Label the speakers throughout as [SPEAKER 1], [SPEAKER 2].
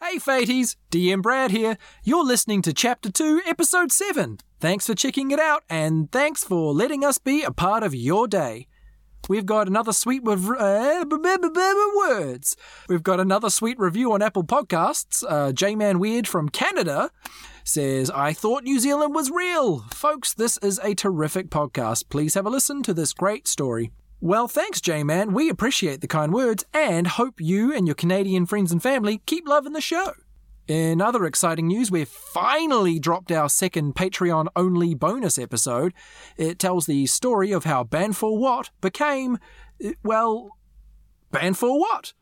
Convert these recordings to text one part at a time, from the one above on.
[SPEAKER 1] Hey Faties, DM Brad here. You're listening to Chapter 2, Episode 7. Thanks for checking it out, and thanks for letting us be a part of your day. We've got another sweet with uh, b- b- b- b- words. We've got another sweet review on Apple Podcasts. Uh, J Man Weird from Canada says, "I thought New Zealand was real, folks. This is a terrific podcast. Please have a listen to this great story." Well, thanks, J Man. We appreciate the kind words and hope you and your Canadian friends and family keep loving the show. In other exciting news, we've finally dropped our second Patreon only bonus episode. It tells the story of how Banfor Watt became, eh, well, Banfor Watt.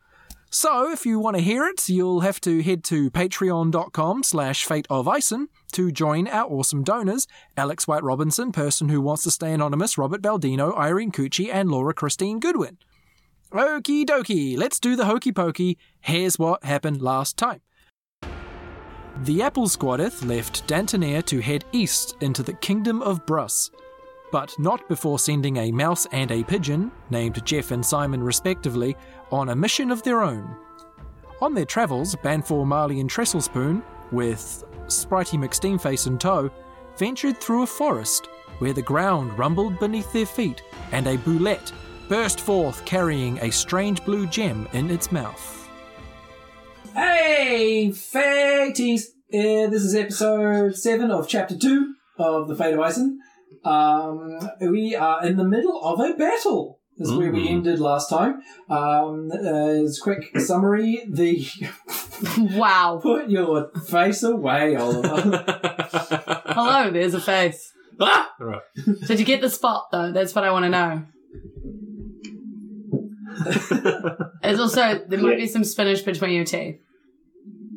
[SPEAKER 1] So if you want to hear it, you'll have to head to patreon.com slash fateofison to join our awesome donors, Alex White Robinson, person who wants to stay anonymous, Robert Baldino, Irene Cucci, and Laura Christine Goodwin. Okie dokie, let's do the hokey pokey. Here's what happened last time. The Apple Squadeth left Dantanair to head east into the Kingdom of Brus, but not before sending a mouse and a pigeon, named Jeff and Simon respectively, on a mission of their own. On their travels, Banfor, Marley, and Trestlespoon, with Spritey McSteamface in tow, ventured through a forest where the ground rumbled beneath their feet and a boulette burst forth carrying a strange blue gem in its mouth. Hey, faties! Uh, this is episode 7 of chapter 2 of The Fate of Ison. Um, we are in the middle of a battle, is where we
[SPEAKER 2] Mm.
[SPEAKER 1] ended last time. Um, uh, as quick summary, the
[SPEAKER 3] Wow.
[SPEAKER 1] put your face away, Oliver.
[SPEAKER 2] ah!
[SPEAKER 3] Hello, there's a face.
[SPEAKER 2] Right.
[SPEAKER 3] Did you get the spot though? That's what I want to know. There's also there might be some spinach between your teeth.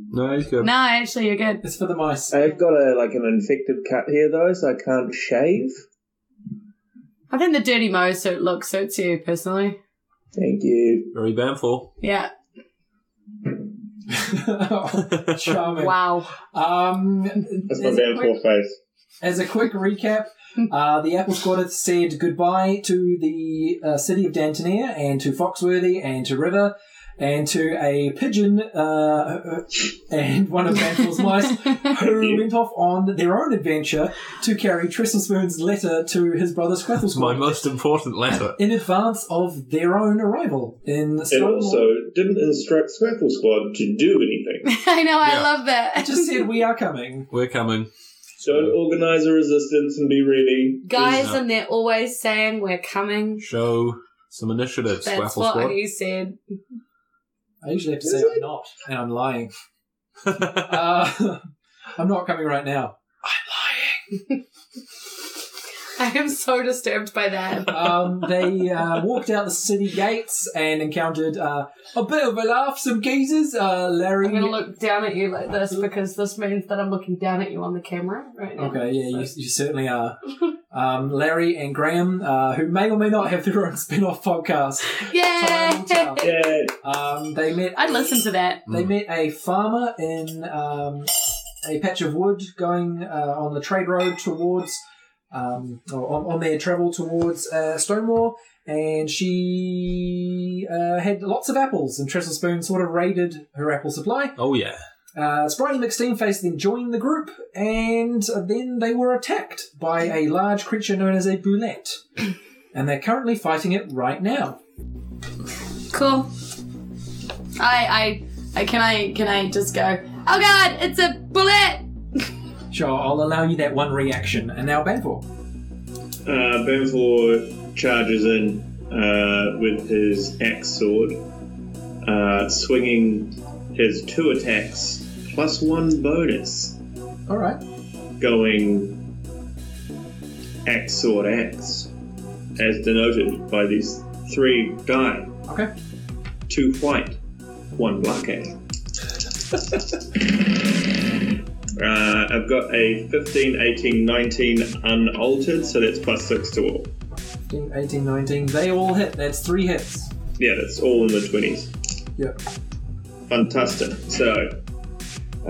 [SPEAKER 2] No, he's good.
[SPEAKER 3] No, actually you're good.
[SPEAKER 1] it's for the mice.
[SPEAKER 4] I've got a like an infected cut here though, so I can't shave.
[SPEAKER 3] I think the dirty mo suit look suits you personally.
[SPEAKER 4] Thank you.
[SPEAKER 2] Very Banfor.
[SPEAKER 3] Yeah.
[SPEAKER 1] Charming.
[SPEAKER 3] Wow.
[SPEAKER 1] Um,
[SPEAKER 4] That's my
[SPEAKER 1] as, a
[SPEAKER 4] damn
[SPEAKER 1] quick,
[SPEAKER 4] poor face.
[SPEAKER 1] as a quick recap, uh, the Apple Squad said goodbye to the uh, city of Dantonier and to Foxworthy and to River and to a pigeon uh, and one of Banford's mice who went off on their own adventure to carry Trestlespoon's letter to his brother Squathel
[SPEAKER 2] It's my
[SPEAKER 1] Squad
[SPEAKER 2] most important letter.
[SPEAKER 1] in advance of their own arrival in
[SPEAKER 4] And
[SPEAKER 1] Stonewall.
[SPEAKER 4] also didn't instruct Squackle Squad to do anything.
[SPEAKER 3] I know, I
[SPEAKER 2] Yeah.
[SPEAKER 3] love that.
[SPEAKER 1] It just said we are coming.
[SPEAKER 2] We're coming.
[SPEAKER 4] Don't organise a resistance and be ready.
[SPEAKER 3] Guys
[SPEAKER 2] Yeah.
[SPEAKER 3] and they're always saying we're coming.
[SPEAKER 2] Show some initiative,
[SPEAKER 3] That's
[SPEAKER 2] Squaffle
[SPEAKER 3] what
[SPEAKER 2] Squad.
[SPEAKER 3] he said.
[SPEAKER 1] I usually have to say I'm not, and I'm lying. Uh, I'm not coming right now.
[SPEAKER 3] I am so disturbed by that.
[SPEAKER 1] Um, they uh, walked out the city gates and encountered uh, a bit of a laugh, some geezers. Uh, Larry.
[SPEAKER 3] I'm gonna look down at you like
[SPEAKER 1] Mm-hmm.
[SPEAKER 3] this because this means that I'm looking down at you on the camera right now.
[SPEAKER 1] Okay, yeah, you, you certainly are. Um, Larry and Graham, uh, who may or may not have their own spin off podcast. Time will tell.
[SPEAKER 3] Yay!
[SPEAKER 4] Yeah.
[SPEAKER 1] Um, they met
[SPEAKER 3] I'd listen to that.
[SPEAKER 1] They met a farmer in um, a patch of wood going uh, on the trade road towards, um, or on, on their travel towards uh, Stonewall, and she uh, had lots of apples, and Trestle Spoon sort of raided her apple supply.
[SPEAKER 2] Oh, yeah.
[SPEAKER 1] Uh, Sprightly McSteamface then joined the group, and then they were attacked by a large creature known as a boulette, and they're currently fighting it right now.
[SPEAKER 3] Cool. I, I, I can I can I just go? Oh God! It's a bullet.
[SPEAKER 1] Sure, I'll allow you that one reaction, and now Banfor.
[SPEAKER 4] Uh, Banfor charges in uh, with his axe sword, uh, swinging his two attacks plus one bonus,
[SPEAKER 1] All right.
[SPEAKER 4] going axe sword axe, as denoted by these three die.
[SPEAKER 1] Okay.
[SPEAKER 4] Two white, one black axe. Uh, I've got a 15, 18, 19 unaltered, so that's plus 6 to all.
[SPEAKER 1] 15, 18, 19. They all hit. That's three hits.
[SPEAKER 4] Yeah, that's all in the 20s.
[SPEAKER 1] Yep.
[SPEAKER 4] Fantastic. So,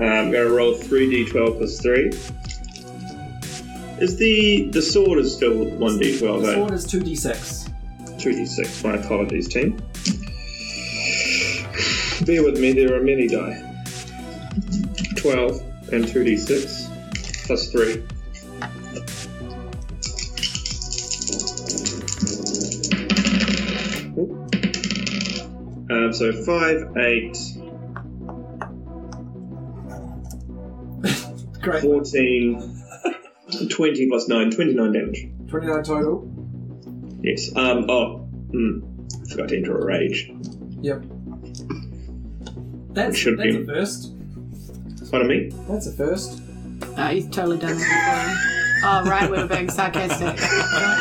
[SPEAKER 4] uh, I'm going to roll 3d12 plus 3. Is the the sword is still 1d12,
[SPEAKER 1] The
[SPEAKER 4] eh?
[SPEAKER 1] sword is 2d6.
[SPEAKER 4] 2d6. My apologies, team. Bear with me, there are many die. 12 and 2d6 plus 3. Um, so 5, 8,
[SPEAKER 1] Great.
[SPEAKER 4] 14, 20 plus 9, 29 damage.
[SPEAKER 1] 29 total.
[SPEAKER 4] Yes. Um, oh, mm, forgot to enter a rage.
[SPEAKER 1] Yep. That's,
[SPEAKER 4] Should
[SPEAKER 1] that's
[SPEAKER 4] be.
[SPEAKER 1] a first.
[SPEAKER 4] Pardon me?
[SPEAKER 1] That's a first.
[SPEAKER 3] Oh, you've totally done that before. oh, right, we were being sarcastic. Got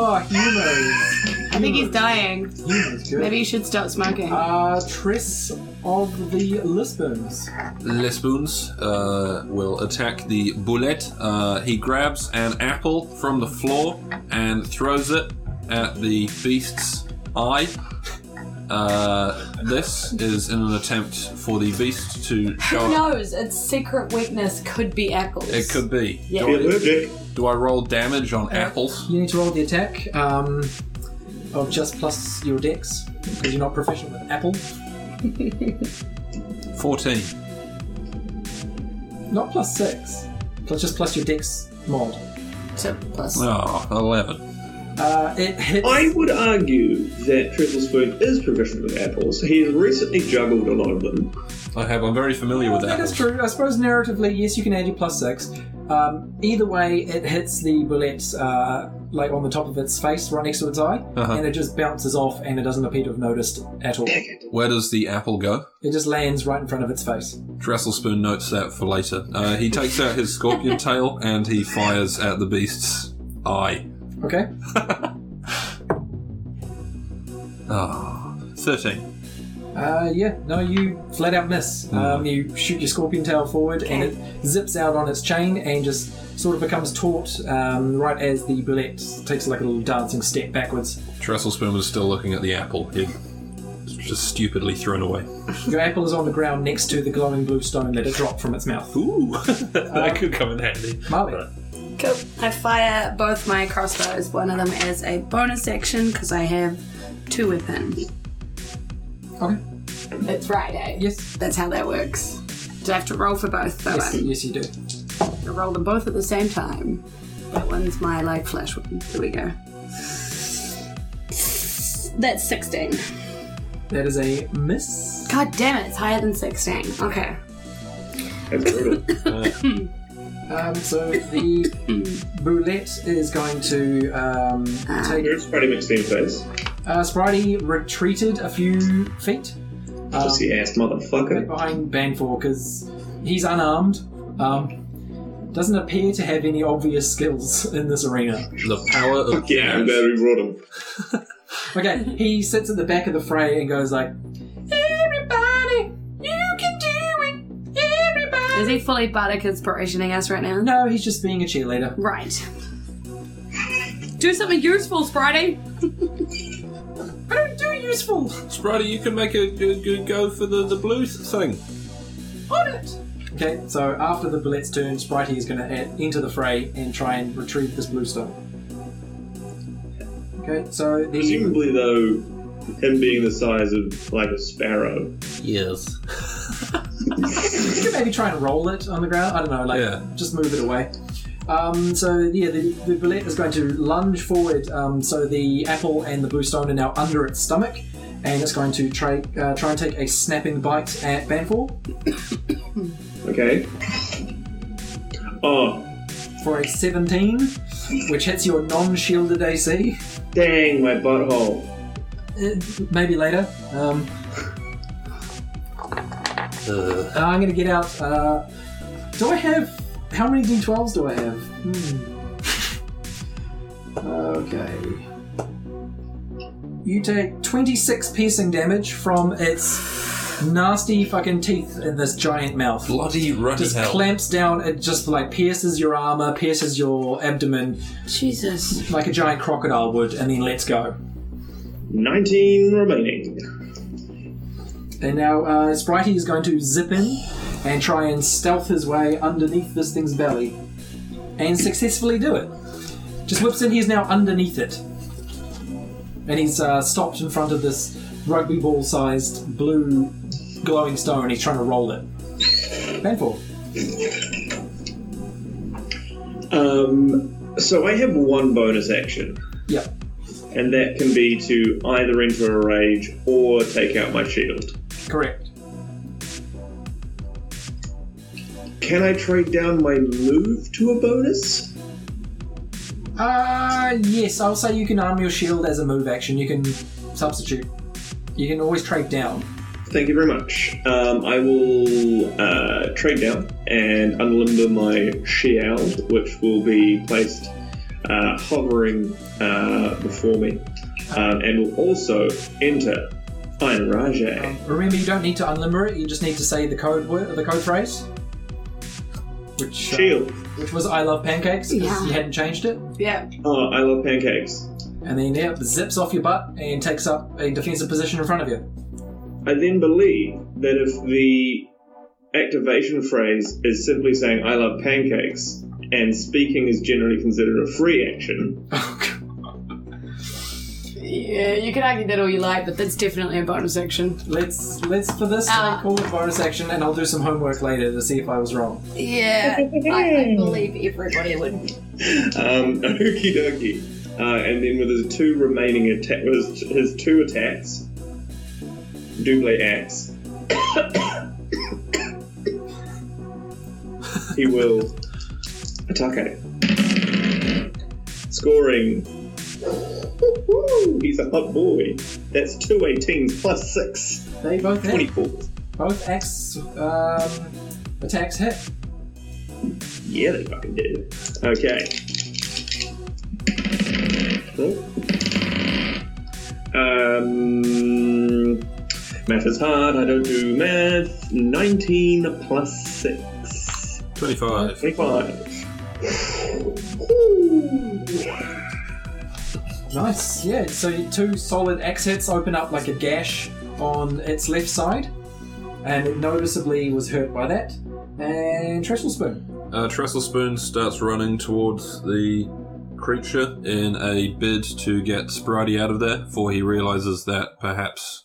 [SPEAKER 1] Oh, humans.
[SPEAKER 3] you. I think he's dying.
[SPEAKER 1] Humans, good.
[SPEAKER 3] Maybe you should stop smoking.
[SPEAKER 1] Uh, Triss of the Lisbons.
[SPEAKER 2] Lespoons uh, will attack the bullet. Uh, he grabs an apple from the floor and throws it at the beast's eye. Uh, this is in an attempt for the beast to show
[SPEAKER 3] Who
[SPEAKER 2] up.
[SPEAKER 3] knows? Its secret weakness could be apples.
[SPEAKER 2] It could be.
[SPEAKER 3] Yeah.
[SPEAKER 4] Be
[SPEAKER 2] Do, I,
[SPEAKER 4] allergic.
[SPEAKER 2] do I roll damage on apples?
[SPEAKER 1] You need to roll the attack um, of just plus your dex because you're not proficient with Apple.
[SPEAKER 2] 14.
[SPEAKER 1] Not plus six. Plus just plus your dex mod.
[SPEAKER 3] So, plus.
[SPEAKER 2] Oh, 11.
[SPEAKER 1] Uh, it hits.
[SPEAKER 4] I would argue that Trestlespoon is proficient with apples. He's recently juggled a lot of them.
[SPEAKER 2] I have. I'm very familiar
[SPEAKER 1] Well,
[SPEAKER 2] with
[SPEAKER 1] that is
[SPEAKER 2] apples.
[SPEAKER 1] true. I suppose narratively, yes, you can add your plus six. Um, either way, it hits the bullet uh, like on the top of its face, right next to its eye,
[SPEAKER 2] Uh-huh.
[SPEAKER 1] and it just bounces off, and it doesn't appear to have noticed at all. It
[SPEAKER 2] Where does the apple go?
[SPEAKER 1] just lands right in front of its face.
[SPEAKER 2] Dresselspoon notes that for later. Uh, he takes out his scorpion tail and he fires at the beast's eye.
[SPEAKER 1] Okay.
[SPEAKER 2] Ah, 13.
[SPEAKER 1] Uh, yeah, no, you flat out miss. Um, you shoot your scorpion tail forward, and it zips out on its chain and just sort of becomes taut um, right as the bullet takes like a little dancing step backwards.
[SPEAKER 2] Dresselspoon was still looking at the apple. He just stupidly thrown away.
[SPEAKER 1] Your apple is on the ground next to the glowing blue stone that it dropped from its mouth.
[SPEAKER 2] Ooh,
[SPEAKER 4] Uh,
[SPEAKER 2] that could come in handy.
[SPEAKER 1] Marley.
[SPEAKER 3] Cool. I fire both my crossbows, one of them as a bonus action because I have two weapons.
[SPEAKER 1] Okay.
[SPEAKER 3] It's Friday.
[SPEAKER 1] Yes.
[SPEAKER 3] That's how that works. Do I have to roll for both though?
[SPEAKER 1] Yes, yes, you do.
[SPEAKER 3] I roll them both at the same time. That one's my light flash one. Here we go. That's 16.
[SPEAKER 1] That is a miss.
[SPEAKER 3] God damn it, it's higher than 16. Okay.
[SPEAKER 4] That's brutal.
[SPEAKER 1] Um, so the boulette is going to um, take.
[SPEAKER 4] There's quite an extreme face.
[SPEAKER 1] Uh, Spritey retreated a few feet. Um,
[SPEAKER 4] Pussy ass
[SPEAKER 1] Right
[SPEAKER 4] motherfucker.
[SPEAKER 1] behind Banfor because he's unarmed. Um, doesn't appear to have any obvious skills in this arena.
[SPEAKER 2] The power of
[SPEAKER 4] Yeah, I'm glad
[SPEAKER 2] chance.
[SPEAKER 4] we brought him.
[SPEAKER 1] Okay, he sits at the back of the fray and goes like, "Everybody, you can do it, everybody."
[SPEAKER 3] Is he fully bardic inspirationing us right now?
[SPEAKER 1] No, he's just being a cheerleader.
[SPEAKER 3] Right. Do something useful, Spritey!
[SPEAKER 1] I don't do useful
[SPEAKER 2] Spritey, you can make a good, good go for the, the blue thing.
[SPEAKER 1] on it. Okay, so after the bullet's turn, Spritey is going to enter the fray and try and retrieve this blue stone. Okay, so the
[SPEAKER 4] Presumably, though, him being the size of like a sparrow.
[SPEAKER 2] Yes.
[SPEAKER 1] You could maybe try and roll it on the ground. I don't know, like
[SPEAKER 2] Yeah.
[SPEAKER 1] just move it away. Um, so yeah, the, the bullet is going to lunge forward. Um, so the apple and the blue stone are now under its stomach, and it's going to try uh, try and take a snapping bite at Banfor
[SPEAKER 4] Okay. Oh,
[SPEAKER 1] for a 17, which hits your non-shielded AC.
[SPEAKER 4] dang, my butthole.
[SPEAKER 1] Uh, maybe later. Um,
[SPEAKER 2] Uh.
[SPEAKER 1] I'm going to get out. Uh, do I have. How many d12s do I have? Hmm. Okay. You take 26 piercing damage from its nasty fucking teeth in this giant mouth.
[SPEAKER 2] Bloody ruddy
[SPEAKER 1] Just
[SPEAKER 2] hell.
[SPEAKER 1] clamps down, it just like pierces your armor, pierces your abdomen
[SPEAKER 3] Jesus.
[SPEAKER 1] like a giant crocodile would, and then lets go.
[SPEAKER 4] 19 remaining.
[SPEAKER 1] And now uh, Spritey is going to zip in and try and stealth his way underneath this thing's belly and successfully do it. Just whips in, he's now underneath it. And he's uh, stopped in front of this rugby ball sized blue glowing stone. He's trying to roll it. Painful.
[SPEAKER 4] Um, so I have one bonus action,
[SPEAKER 1] Yeah.
[SPEAKER 4] and that can be to either enter a rage or take out my shield.
[SPEAKER 1] Correct.
[SPEAKER 4] Can I trade down my move to a bonus?
[SPEAKER 1] Uh, yes, I'll say you can arm your shield as a move action. You can substitute. You can always trade down.
[SPEAKER 4] Thank you very much. Um, I will uh, trade down and unlimber my shield, which will be placed uh, hovering uh, before me, um, and will also enter Iron Rajay.
[SPEAKER 1] Remember, you don't need to unlimber it. You just need to say the code word, the code phrase, which uh,
[SPEAKER 4] Shield.
[SPEAKER 1] which was "I love pancakes" 'cause
[SPEAKER 5] Yeah.
[SPEAKER 1] you hadn't changed it.
[SPEAKER 5] Yeah.
[SPEAKER 4] Oh, I love pancakes.
[SPEAKER 1] And then yeah, zips off your butt and takes up a defensive position in front of you.
[SPEAKER 4] I then believe that if the activation phrase is simply saying "I love pancakes" and speaking is generally considered a free action,
[SPEAKER 5] Yeah, you can argue that all you like, but that's definitely a bonus action.
[SPEAKER 1] let's let's for this
[SPEAKER 5] Ah.
[SPEAKER 1] call it bonus action, and I'll do some homework later to see if I was wrong.
[SPEAKER 5] Yeah. I, I believe everybody would.
[SPEAKER 4] um, okie dokie. Uh, and then with his two remaining attack, his, his two attacks, double axe. he will attack it, scoring. He's a hot boy. That's two 18s plus six.
[SPEAKER 1] They both hit.
[SPEAKER 4] 24.
[SPEAKER 1] Both axe um, attacks hit.
[SPEAKER 4] Yeah, they fucking did. Okay. Cool. Um, math is hard. I don't do math. 19 plus 6.
[SPEAKER 2] 25.
[SPEAKER 4] 25.
[SPEAKER 1] Nice. Yeah. So your two solid axe hits open up like a gash on its left side, and it noticeably was hurt by that. And trestle spoon.
[SPEAKER 2] Uh, Trestle Spoon starts running towards the creature in a bid to get Spritey out of there, for he realizes that perhaps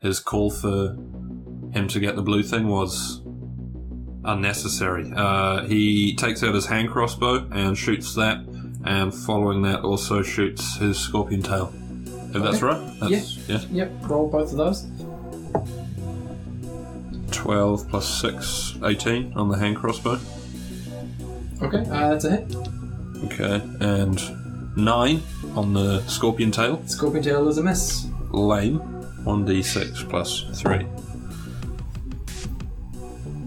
[SPEAKER 2] his call for him to get the blue thing was unnecessary. Uh, he takes out his hand crossbow and shoots that, and following that also shoots his scorpion tail. If that's
[SPEAKER 1] Okay.
[SPEAKER 2] right? That's, yeah.
[SPEAKER 1] Yep. Roll both of those.
[SPEAKER 2] 12 plus 6, 18 on the hand crossbow.
[SPEAKER 1] Okay. Uh, that's a hit.
[SPEAKER 2] Okay, and 9 on the scorpion tail.
[SPEAKER 1] Scorpion tail is a miss.
[SPEAKER 2] lame. 1d6 plus 3.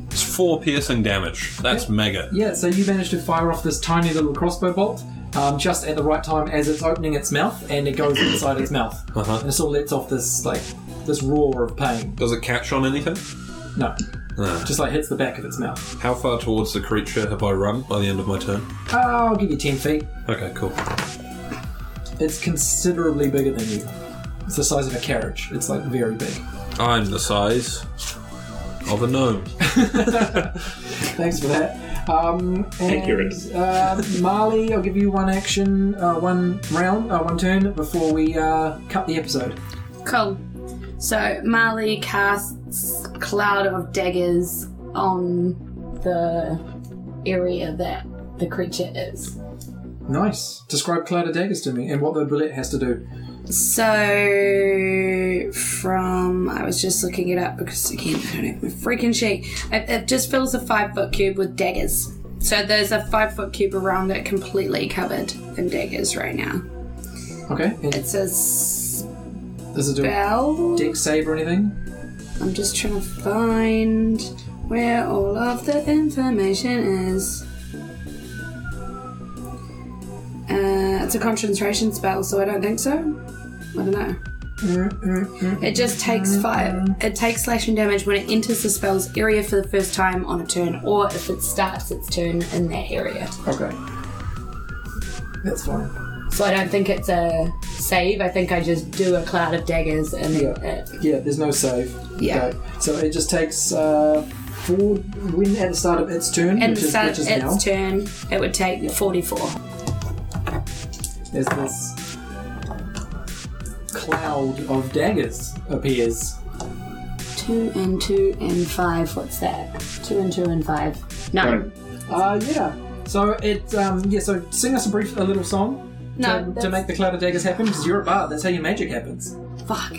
[SPEAKER 2] It's 4 piercing damage. That's mega.
[SPEAKER 1] Yeah, so you managed to fire off this tiny little crossbow bolt um, just at the right time as it's opening its mouth, and it goes inside its mouth,
[SPEAKER 2] Uh-huh.
[SPEAKER 1] and it sort of lets off this like this roar of pain.
[SPEAKER 2] Does it catch on anything?
[SPEAKER 1] No,
[SPEAKER 2] Ah.
[SPEAKER 1] just like hits the back of its mouth.
[SPEAKER 2] How far towards the creature have I run by the end of my turn?
[SPEAKER 1] Ah, I'll give you ten feet.
[SPEAKER 2] Okay, cool.
[SPEAKER 1] It's considerably bigger than you. It's the size of a carriage. It's like very big.
[SPEAKER 2] I'm the size of a gnome.
[SPEAKER 1] Thanks for that. Um, and,
[SPEAKER 4] Accurate.
[SPEAKER 1] Uh, Marley, I'll give you one action, uh, one round, uh, one turn before we uh, cut the episode.
[SPEAKER 5] Cool. So Marley casts cloud of daggers on the area that the creature is.
[SPEAKER 1] Nice. Describe cloud of daggers to me and what the bullet has to do.
[SPEAKER 5] So from I was just looking it up because again I don't have my freaking sheet. It, it just fills a five foot cube with daggers. So there's a five foot cube around it completely covered in daggers right now.
[SPEAKER 1] Okay. And
[SPEAKER 5] It's a spell.
[SPEAKER 1] does it do
[SPEAKER 5] Uh,
[SPEAKER 1] a deck save or anything?
[SPEAKER 5] I'm just trying to find where all of the information is. Uh, it's a concentration spell, so I don't think so. I don't know. It just takes fire. It takes slashing damage when it enters the spell's area for the first time on a turn, or if it starts its turn in that area.
[SPEAKER 1] Okay. That's fine.
[SPEAKER 5] So I don't think it's a save. I think I just do a cloud of daggers and
[SPEAKER 1] Yeah.
[SPEAKER 5] it,
[SPEAKER 1] Yeah, there's no save.
[SPEAKER 5] Yeah.
[SPEAKER 1] Okay. So it just takes uh, four when at the start of its turn,
[SPEAKER 5] and
[SPEAKER 1] which is,
[SPEAKER 5] start
[SPEAKER 1] which is
[SPEAKER 5] its
[SPEAKER 1] now.
[SPEAKER 5] turn. It would take 44.
[SPEAKER 1] as this cloud of daggers appears.
[SPEAKER 5] two and two and five. What's that? Two and two and five. No.
[SPEAKER 4] Right.
[SPEAKER 1] Uh, yeah. So it, um, yeah. So sing us a brief, a little song
[SPEAKER 5] No.
[SPEAKER 1] to, to
[SPEAKER 5] that's-
[SPEAKER 1] make the cloud of daggers happen because you're a bard. That's how your magic happens.
[SPEAKER 5] Fuck.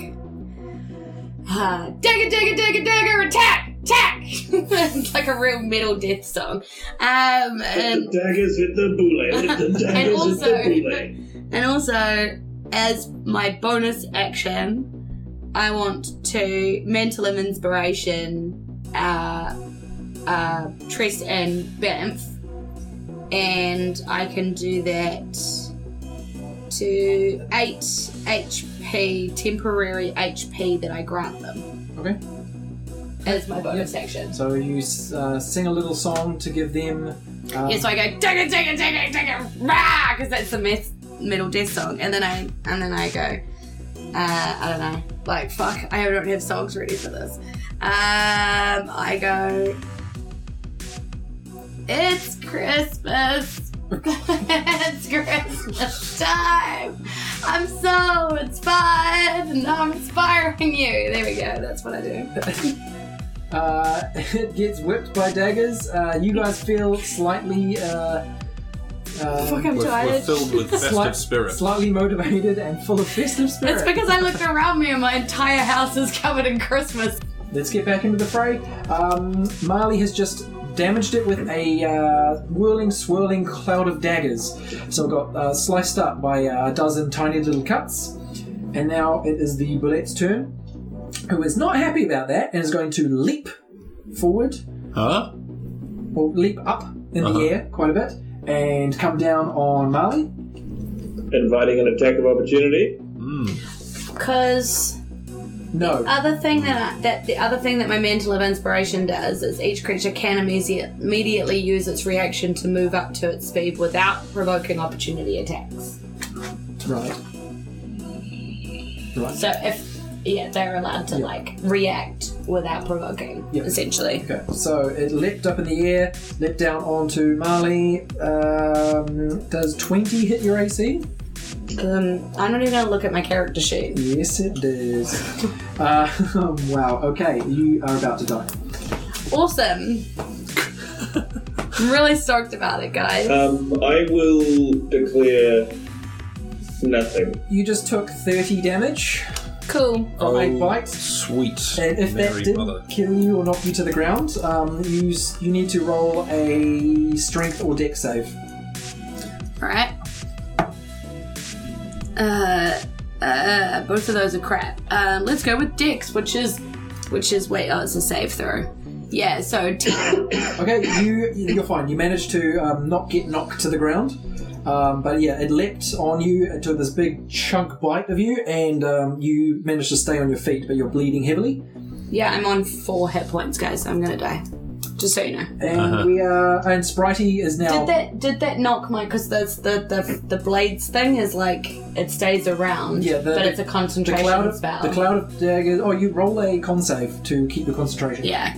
[SPEAKER 5] Ah, dagger, dagger, dagger, dagger, attack! Attack! it's like a real metal death song. Um,
[SPEAKER 4] Hit
[SPEAKER 5] and,
[SPEAKER 4] the daggers, hit the bullet, hit the daggers,
[SPEAKER 5] also-
[SPEAKER 4] hit the bullet.
[SPEAKER 5] and also, as my bonus action, I want to Mantalum Inspiration, uh, uh, Tress and Banff, and I can do that to 8 HP, temporary HP that I grant them
[SPEAKER 1] Okay.
[SPEAKER 5] as my bonus action.
[SPEAKER 1] So you s- uh, sing a little song to give them. Uh,
[SPEAKER 5] Yeah, so I go digga digga digga digga rah because that's the meth- metal death song, and then I and then I go, uh, I don't know, like fuck, I don't have songs ready for this. Um, I go, it's Christmas. it's Christmas time. I'm so inspired, and I'm inspiring you. There we go. That's what I do.
[SPEAKER 1] Uh, it gets whipped by daggers. Uh, you guys feel slightly, uh, uh,
[SPEAKER 5] Fuck, I'm
[SPEAKER 2] We're, we're
[SPEAKER 5] tired.
[SPEAKER 2] filled with
[SPEAKER 1] Slight-
[SPEAKER 2] festive spirit.
[SPEAKER 1] slightly motivated and full of festive spirit.
[SPEAKER 5] It's because I looked around me and my entire house is covered in Christmas.
[SPEAKER 1] Let's get back into the fray. Um, Marley has just damaged it with a uh, whirling, swirling cloud of daggers. So it got uh, sliced up by uh, a dozen tiny little cuts. And now it is the Bullette's turn, who is not happy about that and is going to leap forward
[SPEAKER 2] Huh?
[SPEAKER 1] or leap up in
[SPEAKER 2] Uh-huh.
[SPEAKER 1] the air quite a bit and come down on Marley.
[SPEAKER 4] Inviting an attack of opportunity.
[SPEAKER 2] Hmm.
[SPEAKER 5] Because
[SPEAKER 1] No.
[SPEAKER 5] other thing that I, that the other thing that my mantle of inspiration does is each creature can immediate, immediately use its reaction to move up to its speed without provoking opportunity attacks.
[SPEAKER 1] Right. Right.
[SPEAKER 5] So if yeah, they're allowed to like react without provoking,
[SPEAKER 1] Yeah.
[SPEAKER 5] essentially.
[SPEAKER 1] Okay, so it leapt up in the air, leapt down onto Marley. Um, does 20 hit your AC?
[SPEAKER 5] Um, I'm not even gonna look at my character sheet.
[SPEAKER 1] Yes, it does. uh, wow, okay, you are about to die.
[SPEAKER 5] Awesome. I'm really stoked about it, guys.
[SPEAKER 4] Um, I will declare nothing.
[SPEAKER 1] You just took 30 damage
[SPEAKER 5] Cool.
[SPEAKER 1] from
[SPEAKER 2] Oh,
[SPEAKER 1] eight bites.
[SPEAKER 2] Sweet.
[SPEAKER 1] And if
[SPEAKER 2] Mary
[SPEAKER 1] that didn't
[SPEAKER 2] Mother.
[SPEAKER 1] kill you or knock you to the ground, um, you, s- you need to roll a strength or deck save.
[SPEAKER 5] Alright. Uh, uh, both of those are crap. Um, let's go with Dex, which is, which is wait, oh, it's a save throw. Yeah, so ten.
[SPEAKER 1] Okay, you you're fine. You managed to um, not get knocked to the ground, um, but yeah, it leapt on you. It took this big chunk bite of you, and um, you managed to stay on your feet, but you're bleeding heavily.
[SPEAKER 5] yeah, I'm on four hit points, guys. So I'm gonna die. Just so you know.
[SPEAKER 1] And we are and Spritey is now.
[SPEAKER 5] Did that did that knock my? Because that's the, the the blades thing is like it stays around.
[SPEAKER 1] Yeah, the-
[SPEAKER 5] but it's a
[SPEAKER 1] the
[SPEAKER 5] concentration
[SPEAKER 1] cloud of
[SPEAKER 5] spell.
[SPEAKER 1] the cloud of daggers. Oh, you roll a con save to keep your concentration.
[SPEAKER 5] Yeah.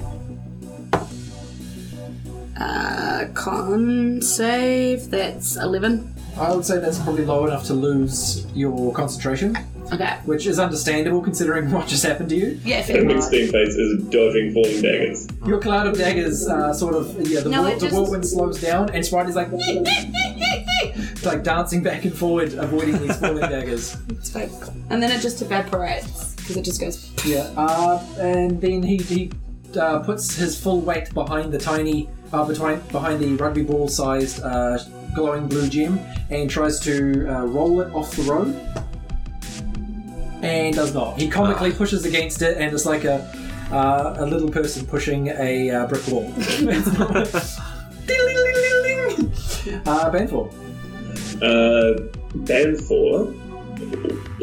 [SPEAKER 5] Uh, con save. That's eleven.
[SPEAKER 1] I would say that's probably low enough to lose your concentration,
[SPEAKER 5] Okay.
[SPEAKER 1] which is understandable considering what just happened to you.
[SPEAKER 5] Yeah. fair
[SPEAKER 4] The
[SPEAKER 5] enough.
[SPEAKER 4] next thing face is dodging falling daggers.
[SPEAKER 1] Your cloud of daggers uh, sort of yeah. The,
[SPEAKER 5] No,
[SPEAKER 1] whirl,
[SPEAKER 5] it
[SPEAKER 1] the
[SPEAKER 5] just-
[SPEAKER 1] whirlwind slows down, and Sprite is like like dancing back and forward, avoiding these falling daggers.
[SPEAKER 5] It's fine. And then it just evaporates because it just goes.
[SPEAKER 1] Yeah, uh, and then he he uh, puts his full weight behind the tiny uh, between, behind the rugby ball sized uh, glowing blue gem, and tries to uh, roll it off the road, and does not. He comically pushes against it, and it's like a. Uh, a little person pushing a uh, brick wall. uh, Banfor.
[SPEAKER 4] Uh, Banfor,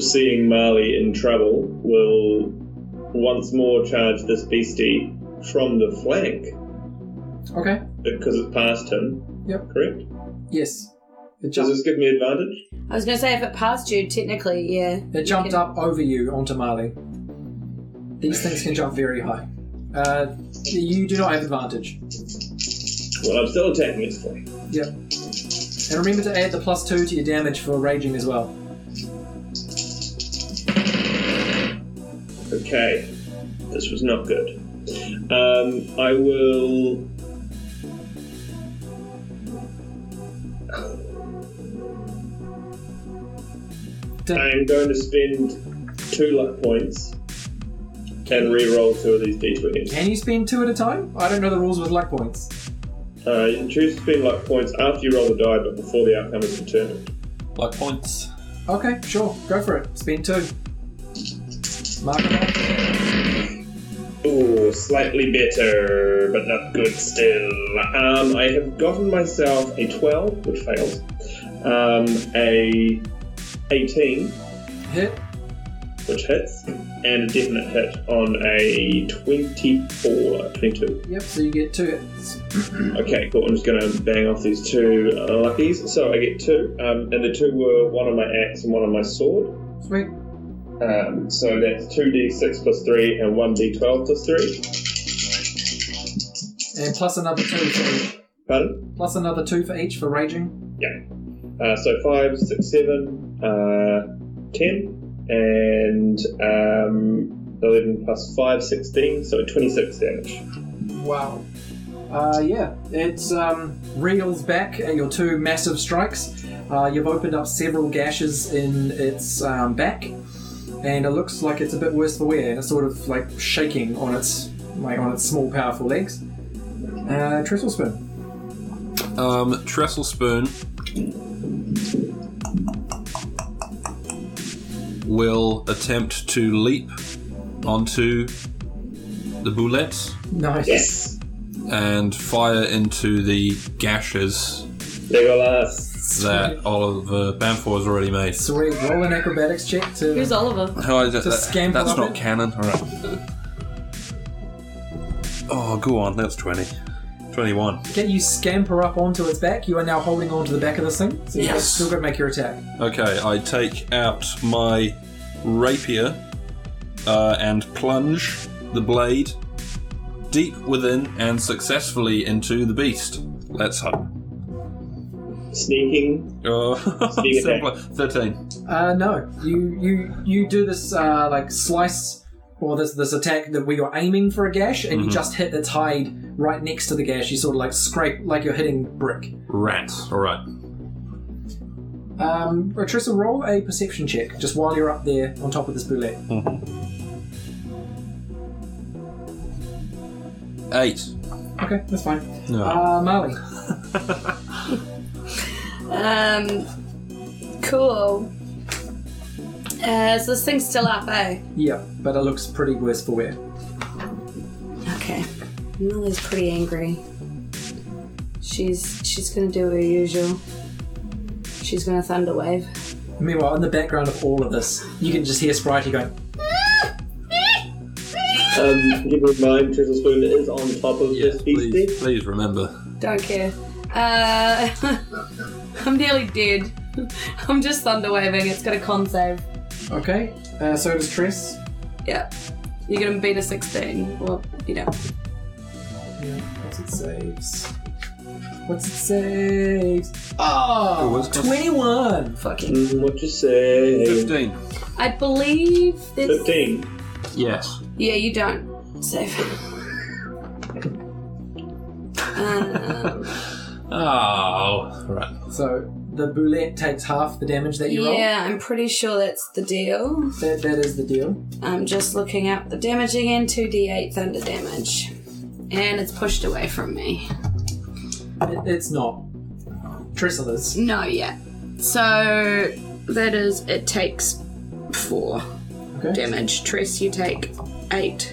[SPEAKER 4] seeing Marley in trouble, will once more charge this beastie from the flank
[SPEAKER 1] Okay.
[SPEAKER 4] because it's past him.
[SPEAKER 1] Yep.
[SPEAKER 4] Correct?
[SPEAKER 1] Yes. It
[SPEAKER 4] Does
[SPEAKER 1] jumped,
[SPEAKER 4] this give me advantage?
[SPEAKER 5] I was gonna say if it passed you, technically, yeah.
[SPEAKER 1] it jumped up over you onto Marley. These things can jump very high. Uh, you do not have advantage.
[SPEAKER 4] Well, I'm still attacking its flank.
[SPEAKER 1] Yep. And remember to add the plus two to your damage for raging as well.
[SPEAKER 4] Okay. This was not good. Um, I will. I am going to spend two luck points and re-roll two of these d20s.
[SPEAKER 1] Can you spend two at a time? I don't know the rules with luck points.
[SPEAKER 4] Uh, you can choose to spend luck points after you roll the die, but before the outcome is determined.
[SPEAKER 2] Like points.
[SPEAKER 1] Okay, sure, go for it. Spend two. Mark it off.
[SPEAKER 4] Ooh, Oh, slightly better, but not good still. Um, I have gotten myself a 12, which fails, um, a 18,
[SPEAKER 1] Hit.
[SPEAKER 4] which hits, and a definite hit on a 24, 22.
[SPEAKER 1] Yep, so you get two hits.
[SPEAKER 4] Okay, cool. I'm just going to bang off these two uh, luckies. So I get two, um, and the two were one on my axe and one on my sword.
[SPEAKER 1] Sweet.
[SPEAKER 4] Um, so that's 2d6 plus 3 and 1d12 plus 3.
[SPEAKER 1] And plus another two for
[SPEAKER 4] Pardon?
[SPEAKER 1] plus another two for each for raging.
[SPEAKER 4] Yeah. Uh, so five, six, seven, uh, ten, and um, eleven plus five, sixteen. So twenty-six damage.
[SPEAKER 1] Wow. Uh, yeah, it's um, reels back at your two massive strikes. Uh, you've opened up several gashes in its um, back, and it looks like it's a bit worse for wear. It's sort of like shaking on its like on its small, powerful legs. Uh, trestle spoon.
[SPEAKER 2] Um, Trestle Spoon will attempt to leap onto the boulette
[SPEAKER 1] Nice.
[SPEAKER 4] Yes.
[SPEAKER 2] and fire into the gashes
[SPEAKER 4] Legolas.
[SPEAKER 2] that Oliver Bamford has already made.
[SPEAKER 1] So we roll an acrobatics check to.
[SPEAKER 5] Who's Oliver?
[SPEAKER 2] How is that,
[SPEAKER 1] Just
[SPEAKER 2] that-
[SPEAKER 1] scamper
[SPEAKER 2] that's
[SPEAKER 1] up
[SPEAKER 2] not
[SPEAKER 1] it.
[SPEAKER 2] canon. All right. Oh, go on. That's 20. 21.
[SPEAKER 1] Can you scamper up onto its back? You are now holding onto the back of this thing, so you're
[SPEAKER 2] Yes.
[SPEAKER 1] still going to make your attack.
[SPEAKER 2] Okay, I take out my rapier uh, and plunge the blade deep within and successfully into the beast. Let's hope.
[SPEAKER 4] Sneaking.
[SPEAKER 2] Uh,
[SPEAKER 4] Sneak attack.
[SPEAKER 2] simple- 13.
[SPEAKER 1] Uh, no, you you you do this uh, like slice or this this attack that where you're aiming for a gash and you just hit its hide right next to the gash. You sort of like scrape like you're hitting brick.
[SPEAKER 2] Rats. All right.
[SPEAKER 1] Um, Trissa, roll a perception check just while you're up there on top of this bullet.
[SPEAKER 2] Eight.
[SPEAKER 1] Okay, that's fine.
[SPEAKER 2] No.
[SPEAKER 1] Uh, Marley,
[SPEAKER 5] Um, cool. Uh, is this thing still up, eh?
[SPEAKER 1] yeah, but it looks pretty worse for wear.
[SPEAKER 5] Okay. Millie's pretty angry. She's she's gonna do her usual. She's gonna thunder wave.
[SPEAKER 1] Meanwhile, in the background of all of this, you can just hear Spritey going.
[SPEAKER 4] Um, keep in mind, Trestle Spoon is on top of
[SPEAKER 2] Yes,
[SPEAKER 4] this beastie.
[SPEAKER 2] please, please remember.
[SPEAKER 5] Don't care. Uh, I'm nearly dead. I'm just thunder waving. It's got a con save.
[SPEAKER 1] Okay, uh, so does Triss.
[SPEAKER 5] Yeah. You're gonna beat a 16. Well, you know.
[SPEAKER 1] Yeah, what's it saves? What's it saves? Oh,
[SPEAKER 2] It was close.
[SPEAKER 1] 21!
[SPEAKER 5] Fucking.
[SPEAKER 4] Mm, what you say?
[SPEAKER 2] 15.
[SPEAKER 5] I believe there's.
[SPEAKER 4] Fifteen.
[SPEAKER 2] Yes.
[SPEAKER 5] Yeah, you don't. Save. um,
[SPEAKER 2] Oh, all right.
[SPEAKER 1] So the boulette takes half the damage that you roll.
[SPEAKER 5] yeah, I'm pretty sure that's the deal.
[SPEAKER 1] That, that is the deal.
[SPEAKER 5] I'm just looking up the damage again 2d8 thunder damage. And it's pushed away from me.
[SPEAKER 1] It, it's not. Tristle is.
[SPEAKER 5] No, yeah. So that is, it takes four
[SPEAKER 1] Okay.
[SPEAKER 5] damage. Tress, you take eight.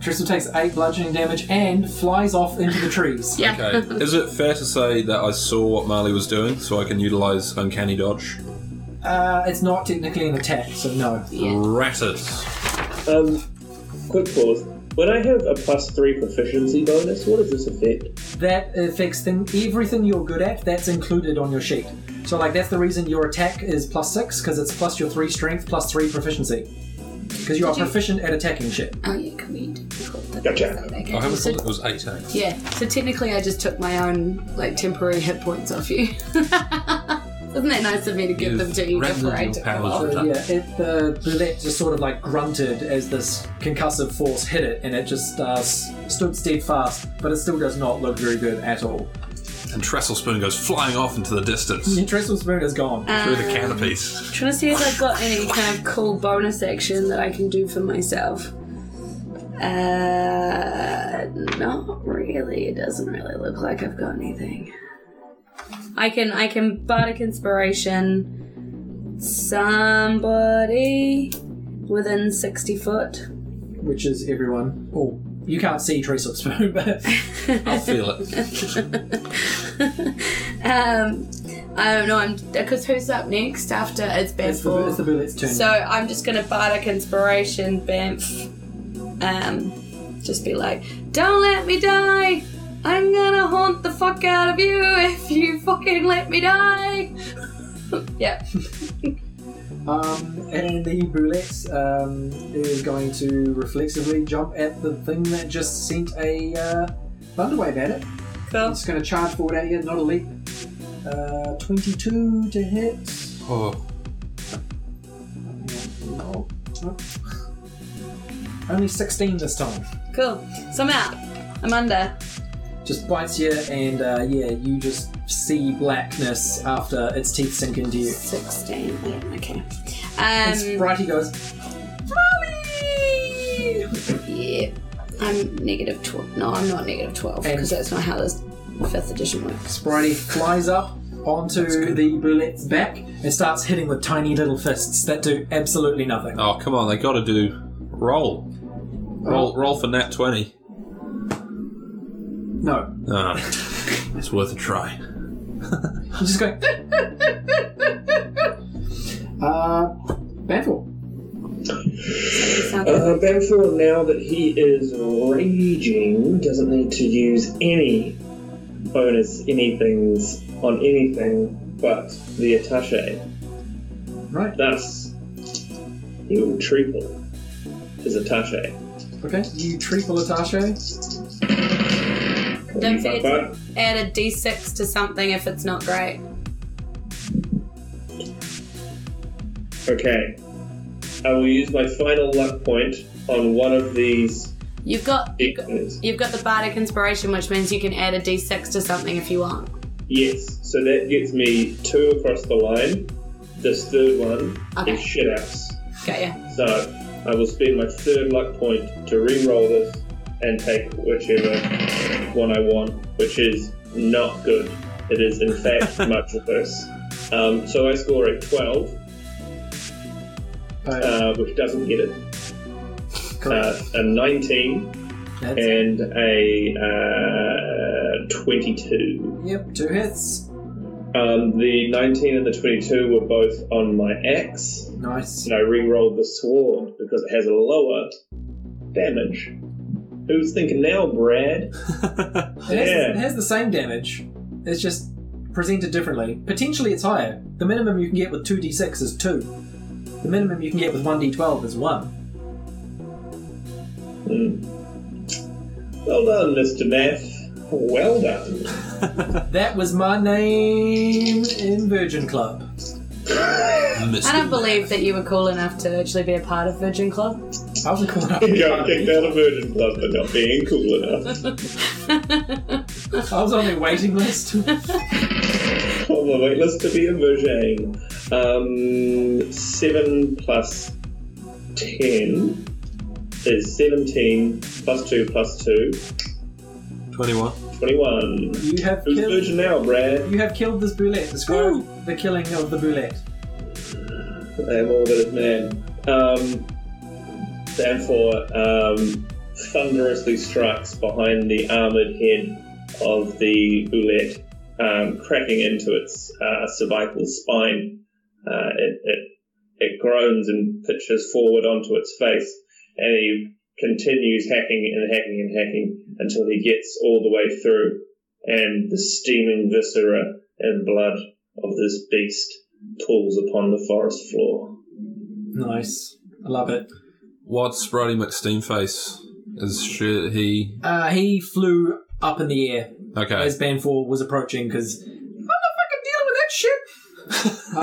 [SPEAKER 1] Tristle takes 8 bludgeoning damage and flies off into the trees.
[SPEAKER 5] Yeah.
[SPEAKER 2] Okay. Is it fair to say that I saw what Marley was doing so I can utilize Uncanny Dodge?
[SPEAKER 1] Uh, it's not technically an attack, so no.
[SPEAKER 5] Yeah.
[SPEAKER 2] Rattus.
[SPEAKER 4] Um, quick pause. When I have a plus three proficiency bonus, what does this affect?
[SPEAKER 1] That affects thing, everything you're good at, that's included on your sheet. So, like, that's the reason your attack is plus 6, because it's plus your 3 strength, plus 3 proficiency. Because you are proficient at attacking shit.
[SPEAKER 5] Oh, yeah, can we record that?
[SPEAKER 4] Gotcha.
[SPEAKER 5] Okay.
[SPEAKER 2] I haven't
[SPEAKER 5] so-
[SPEAKER 2] thought it was 8 eh?
[SPEAKER 5] yeah, so technically I just took my own like temporary hit points off you. Isn't that nice of me to give them to you
[SPEAKER 2] You've
[SPEAKER 5] before I
[SPEAKER 2] rendered
[SPEAKER 5] took
[SPEAKER 2] your
[SPEAKER 5] them
[SPEAKER 2] powers
[SPEAKER 5] off?
[SPEAKER 1] So Uh, yeah, it, the bullet just sort of like grunted as this concussive force hit it, and it just uh, s- stood steadfast, but it still does not look very good at all.
[SPEAKER 2] And Trestle Spoon goes flying off into the distance
[SPEAKER 1] The trestle spoon is gone.
[SPEAKER 5] Uh.
[SPEAKER 2] through the canopies.
[SPEAKER 5] Trying to see if I've got any kind of cool bonus action that I can do for myself. Uh, not really. It doesn't really look like I've got anything. I can I can bardic inspiration. Somebody within sixty foot.
[SPEAKER 1] which is everyone. Oh, you can't see Trace of Spoon, but
[SPEAKER 2] I feel it.
[SPEAKER 5] Um, I don't know. I'm because who's up next after it's
[SPEAKER 1] it's the, it's the
[SPEAKER 5] Bamfor?
[SPEAKER 1] bullet's turn.
[SPEAKER 5] So I'm just gonna bardic inspiration Bamf. Um, just be like, don't let me die. I'm gonna haunt the fuck out of you if you fucking let me die. yeah.
[SPEAKER 1] um, and the bullet um, is going to reflexively jump at the thing that just sent a uh, thunder wave at it.
[SPEAKER 5] Cool.
[SPEAKER 1] It's going to charge forward at you, not a leap. Uh, 22 to hit.
[SPEAKER 2] Oh,
[SPEAKER 1] No. no. Oh. Only 16 this time.
[SPEAKER 5] Cool. So I'm out. I'm under.
[SPEAKER 1] Just bites you, and uh, yeah, you just see blackness after its teeth sink into you.
[SPEAKER 5] Sixteen. Yeah, okay.
[SPEAKER 1] And
[SPEAKER 5] Um.
[SPEAKER 1] Spritey goes,
[SPEAKER 5] Yeah. I'm negative twelve. No, I'm not negative twelve
[SPEAKER 1] And-
[SPEAKER 5] because that's not how this fifth edition works.
[SPEAKER 1] Spritey flies up onto the bulette's back and starts hitting with tiny little fists that do absolutely nothing.
[SPEAKER 2] oh come on, they gotta do roll. Roll roll for Nat 20.
[SPEAKER 1] No.
[SPEAKER 2] Oh, it's worth a try.
[SPEAKER 1] He's just going. uh, Banfor.
[SPEAKER 4] Uh, Bamfor, now that he is raging, doesn't need to use any bonus anythings on anything but the attache.
[SPEAKER 1] Right.
[SPEAKER 4] Thus, he will triple his attache.
[SPEAKER 1] Okay. You triple Atasha.
[SPEAKER 5] Don't forget to add a d6 to something if it's not great.
[SPEAKER 4] Okay. I will use my final luck point on one of these
[SPEAKER 5] You've got you've got,
[SPEAKER 4] equals.
[SPEAKER 5] you've got the bardic inspiration, which means you can add a d6 to something if you want.
[SPEAKER 4] Yes, so that gets me two across the line. This third one
[SPEAKER 5] Okay.
[SPEAKER 4] is shit house.
[SPEAKER 5] Got ya.
[SPEAKER 4] So I will spend my third luck point to re-roll this and take whichever one I want, which is not good. It is in fact much worse. Um, so I score a 12,
[SPEAKER 1] Uh,
[SPEAKER 4] uh, which doesn't get it. Uh, a 19
[SPEAKER 1] That's,
[SPEAKER 4] and a uh, 22.
[SPEAKER 1] yep, two hits.
[SPEAKER 4] Um, the 19 and the 22 were both on my axe,
[SPEAKER 1] Nice.
[SPEAKER 4] and I re-rolled the sword because it has a lower damage. Who's thinking now, Brad?
[SPEAKER 1] It, has,
[SPEAKER 4] Yeah.
[SPEAKER 1] it has the same damage, it's just presented differently. Potentially it's higher. The minimum you can get with 2d6 is 2. The minimum you can get with 1d12 is 1.
[SPEAKER 4] Hmm. Well done, Mr. Naff. Well done.
[SPEAKER 1] That was my name in Virgin Club.
[SPEAKER 5] I don't believe that you were cool enough to actually be a part of Virgin Club.
[SPEAKER 1] I wasn't cool enough.
[SPEAKER 4] You got kicked out of Virgin Club for not being cool enough.
[SPEAKER 1] I was on their waiting list.
[SPEAKER 4] On the waitlist to be a Virgin. Um, 7 plus 10 is 17 plus 2 plus 2,
[SPEAKER 2] 21.
[SPEAKER 4] 21.
[SPEAKER 1] You have
[SPEAKER 4] Who's
[SPEAKER 1] killed.
[SPEAKER 4] Virgin now, Brad?
[SPEAKER 1] You have killed this bullet. Describe the killing of the bullet.
[SPEAKER 4] I'm all that is man. Um, therefore, um, thunderously strikes behind the armored head of the bullet, um, cracking into its uh, cervical spine. Uh, it, it, it groans and pitches forward onto its face, and he continues hacking and hacking and hacking until he gets all the way through, and the steaming viscera and blood of this beast pulls upon the forest floor.
[SPEAKER 1] Nice. I love it.
[SPEAKER 2] What's Brody McSteamface? Is she, he.
[SPEAKER 1] Uh, he flew up in the air
[SPEAKER 2] Okay.
[SPEAKER 1] as Banfor was approaching because I'm not fucking dealing with that shit.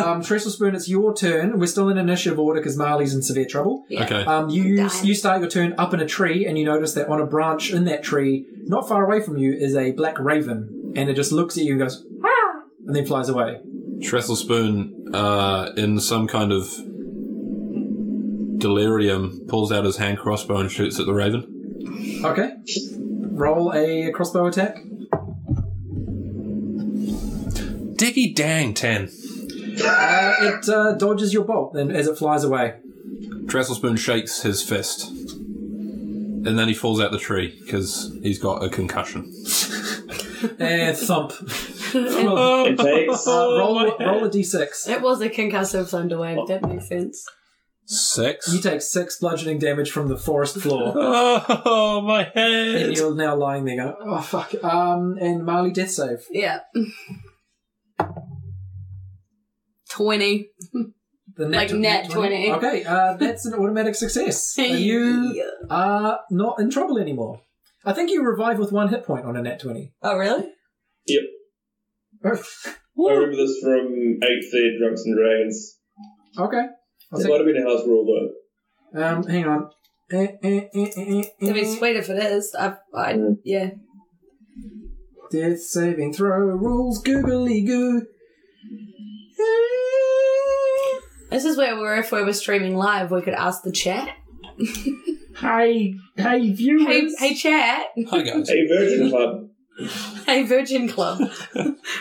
[SPEAKER 1] Um, Trestle Spoon, it's your turn. We're still in initiative order because Marley's in severe trouble.
[SPEAKER 5] Yeah.
[SPEAKER 2] Okay.
[SPEAKER 1] Um, you
[SPEAKER 5] Dying.
[SPEAKER 1] you start your turn up in a tree, and you notice that on a branch in that tree, not far away from you, is a black raven, and it just looks at you and goes, "Ah," and then flies away.
[SPEAKER 2] Trestle Spoon, uh, in some kind of delirium, pulls out his hand crossbow and shoots at the raven.
[SPEAKER 1] Okay, roll a crossbow attack.
[SPEAKER 2] Diggy dang, 10.
[SPEAKER 1] Uh, it uh, dodges your bolt, and as it flies away,
[SPEAKER 2] Trestle Spoon shakes his fist. And then he falls out the tree because he's got a concussion.
[SPEAKER 1] and Eh, thump. roll,
[SPEAKER 2] Oh,
[SPEAKER 4] It takes
[SPEAKER 1] roll, roll a d6.
[SPEAKER 5] It was a concussive thunder wave. That makes sense.
[SPEAKER 1] You
[SPEAKER 2] Six.
[SPEAKER 1] take six bludgeoning damage from the forest floor.
[SPEAKER 2] Oh, my
[SPEAKER 1] And
[SPEAKER 2] head.
[SPEAKER 1] you're now lying there going, oh fuck. Um, and Marley death save.
[SPEAKER 5] Yeah. 20.
[SPEAKER 1] The
[SPEAKER 5] Like nat 20.
[SPEAKER 1] Okay, uh, that's an automatic success. And you are Uh, not in trouble anymore. I think you revive with one hit point on a nat 20.
[SPEAKER 5] Oh, really?
[SPEAKER 4] Yep. I
[SPEAKER 1] Woo.
[SPEAKER 4] remember this from 8th Ed Drunks and Dragons.
[SPEAKER 1] okay. I'll
[SPEAKER 4] It
[SPEAKER 1] take-
[SPEAKER 4] might have been a house rule, though.
[SPEAKER 1] um, hang on. Eh, eh, eh, eh, eh,
[SPEAKER 5] It'd be
[SPEAKER 1] eh.
[SPEAKER 5] sweet if it is. I, I, yeah.
[SPEAKER 1] eh. Death saving throw rules, googly goo.
[SPEAKER 5] This is where we're, if we were streaming live, we could ask the chat.
[SPEAKER 1] Hey, hey,
[SPEAKER 5] Hey,
[SPEAKER 1] viewers.
[SPEAKER 5] hey chat.
[SPEAKER 2] Hi, guys.
[SPEAKER 4] Hey, Virgin Club.
[SPEAKER 5] Hey, Virgin Club.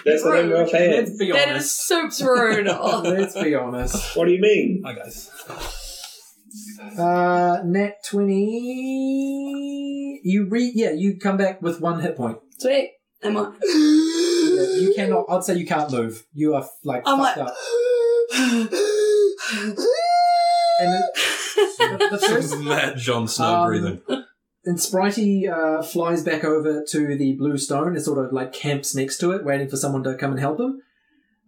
[SPEAKER 4] That's the name of our fans.
[SPEAKER 1] Let's be
[SPEAKER 5] that is
[SPEAKER 1] honest.
[SPEAKER 5] soups rude. Oh.
[SPEAKER 1] Let's be honest.
[SPEAKER 4] What do you mean?
[SPEAKER 2] Hi, guys.
[SPEAKER 1] Uh, net twenty. You re yeah. You come back with one hit point.
[SPEAKER 5] Sweet. I'm on.
[SPEAKER 1] Yeah, You cannot. I'd say you can't move. You are like
[SPEAKER 5] I'm
[SPEAKER 1] fucked
[SPEAKER 5] like-
[SPEAKER 1] up. And the, the first
[SPEAKER 2] Mad John Snow
[SPEAKER 1] Um,
[SPEAKER 2] breathing.
[SPEAKER 1] And Spritey uh, flies back over to the blue stone and sort of like camps next to it, waiting for someone to come and help him.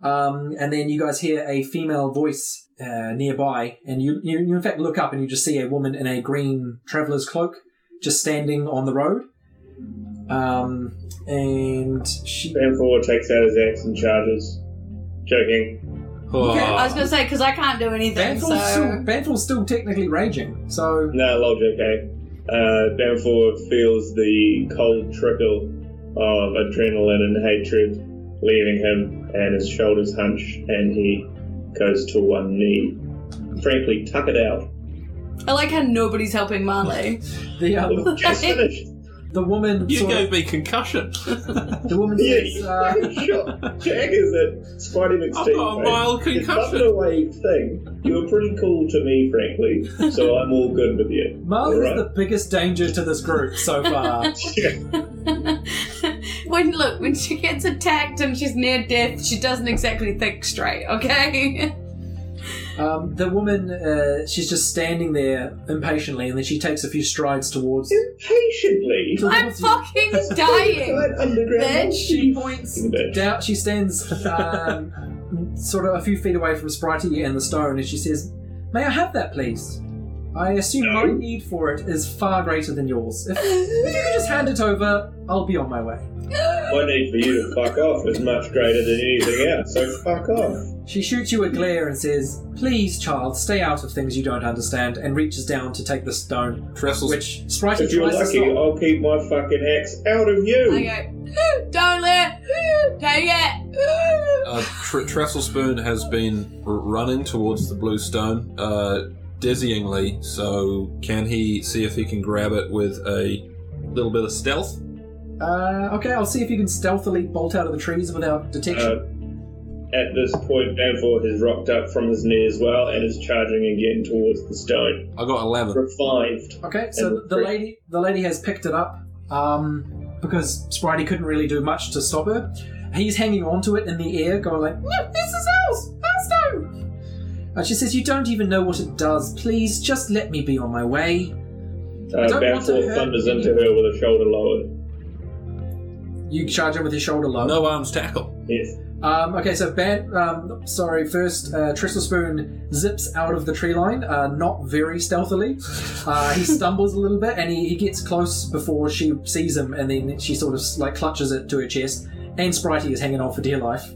[SPEAKER 1] Um, and then you guys hear a female voice uh, nearby, and you, you you in fact look up and you just see a woman in a green traveler's cloak just standing on the road. Um, and she
[SPEAKER 4] Sam Forward takes out his axe and charges. Joking.
[SPEAKER 5] I was
[SPEAKER 2] Oh,
[SPEAKER 5] going to say, because I can't do anything,
[SPEAKER 1] Banful's still,
[SPEAKER 5] so.
[SPEAKER 1] Banful's still technically raging, so
[SPEAKER 4] No, lol, okay. Uh, Danforth feels the cold trickle of adrenaline and hatred leaving him, and his shoulders hunch, and he goes to one knee. Frankly, tuck it out.
[SPEAKER 5] I like how nobody's helping Marley.
[SPEAKER 1] the uh,
[SPEAKER 4] We've just finished.
[SPEAKER 1] the woman
[SPEAKER 2] Oh, you
[SPEAKER 1] sort of-
[SPEAKER 2] gave me concussion.
[SPEAKER 1] the woman says,
[SPEAKER 4] Yeah,
[SPEAKER 1] uh,
[SPEAKER 4] sure. Jack is a Spidey
[SPEAKER 2] I've
[SPEAKER 4] McSteam.
[SPEAKER 2] got a
[SPEAKER 4] mate.
[SPEAKER 2] mild
[SPEAKER 4] It's not a
[SPEAKER 2] concussion.
[SPEAKER 4] wave thing. You were pretty cool to me, frankly, so I'm all good with you.
[SPEAKER 1] "Marley is
[SPEAKER 4] Alright.
[SPEAKER 1] the biggest danger to this group so far."
[SPEAKER 5] when look, when she gets attacked and she's near death, she doesn't exactly think straight. Okay.
[SPEAKER 1] Um, the woman, uh, she's just standing there impatiently, and then she takes a few strides towards.
[SPEAKER 4] Impatiently.
[SPEAKER 5] I'm
[SPEAKER 1] towards you.
[SPEAKER 5] fucking dying.
[SPEAKER 4] Right underground.
[SPEAKER 5] Bitch.
[SPEAKER 1] She points
[SPEAKER 4] Bitch.
[SPEAKER 1] down. She stands um, sort of a few feet away from Spritey and the stone, and she says, "May I have that, please? I assume
[SPEAKER 4] No.
[SPEAKER 1] my need for it is far greater than yours. If, if you could just hand it over, I'll be on my way."
[SPEAKER 4] My need for you to fuck off is much greater than anything else, so fuck off.
[SPEAKER 1] She shoots you a glare and says, "Please, child, stay out of things you don't understand," and reaches down to take the stone,
[SPEAKER 2] Trestle's
[SPEAKER 1] which Spritey
[SPEAKER 4] If you're
[SPEAKER 1] tries to
[SPEAKER 4] lucky,
[SPEAKER 1] stop.
[SPEAKER 4] I'll keep my fucking axe out of you.
[SPEAKER 5] I go. Don't let. Take it.
[SPEAKER 2] Uh, tr- Trestle Spoon has been r- running towards the blue stone, uh, dizzyingly. So, can he see if he can grab it with a little bit of stealth?
[SPEAKER 1] Uh, okay, I'll see if you can stealthily bolt out of the trees without detection.
[SPEAKER 4] Uh, at this point, Danforth has rocked up from his knee as well and is charging again towards the stone.
[SPEAKER 2] I got eleven.
[SPEAKER 4] Revived.
[SPEAKER 1] Okay, so
[SPEAKER 4] And
[SPEAKER 1] the
[SPEAKER 4] free.
[SPEAKER 1] lady the lady has picked it up um, because Spritey couldn't really do much to stop her. He's hanging on to it in the air, going like, "No, "This is ours, our stone." And she says, "You don't even know what it does. Please, just let me be on my way." I
[SPEAKER 4] Uh,
[SPEAKER 1] don't want to
[SPEAKER 4] Danforth
[SPEAKER 1] hurt
[SPEAKER 4] thunders
[SPEAKER 1] you.
[SPEAKER 4] into her with a shoulder lowered.
[SPEAKER 1] You charge her with your shoulder low.
[SPEAKER 2] No arms tackle.
[SPEAKER 4] Yes.
[SPEAKER 1] Um, okay, so Ban, um, sorry, first uh, Trestle Spoon zips out of the tree line, uh, not very stealthily. Uh, he stumbles a little bit and he, he gets close before she sees him, and then she sort of like clutches it to her chest and Spritey is hanging on for dear life.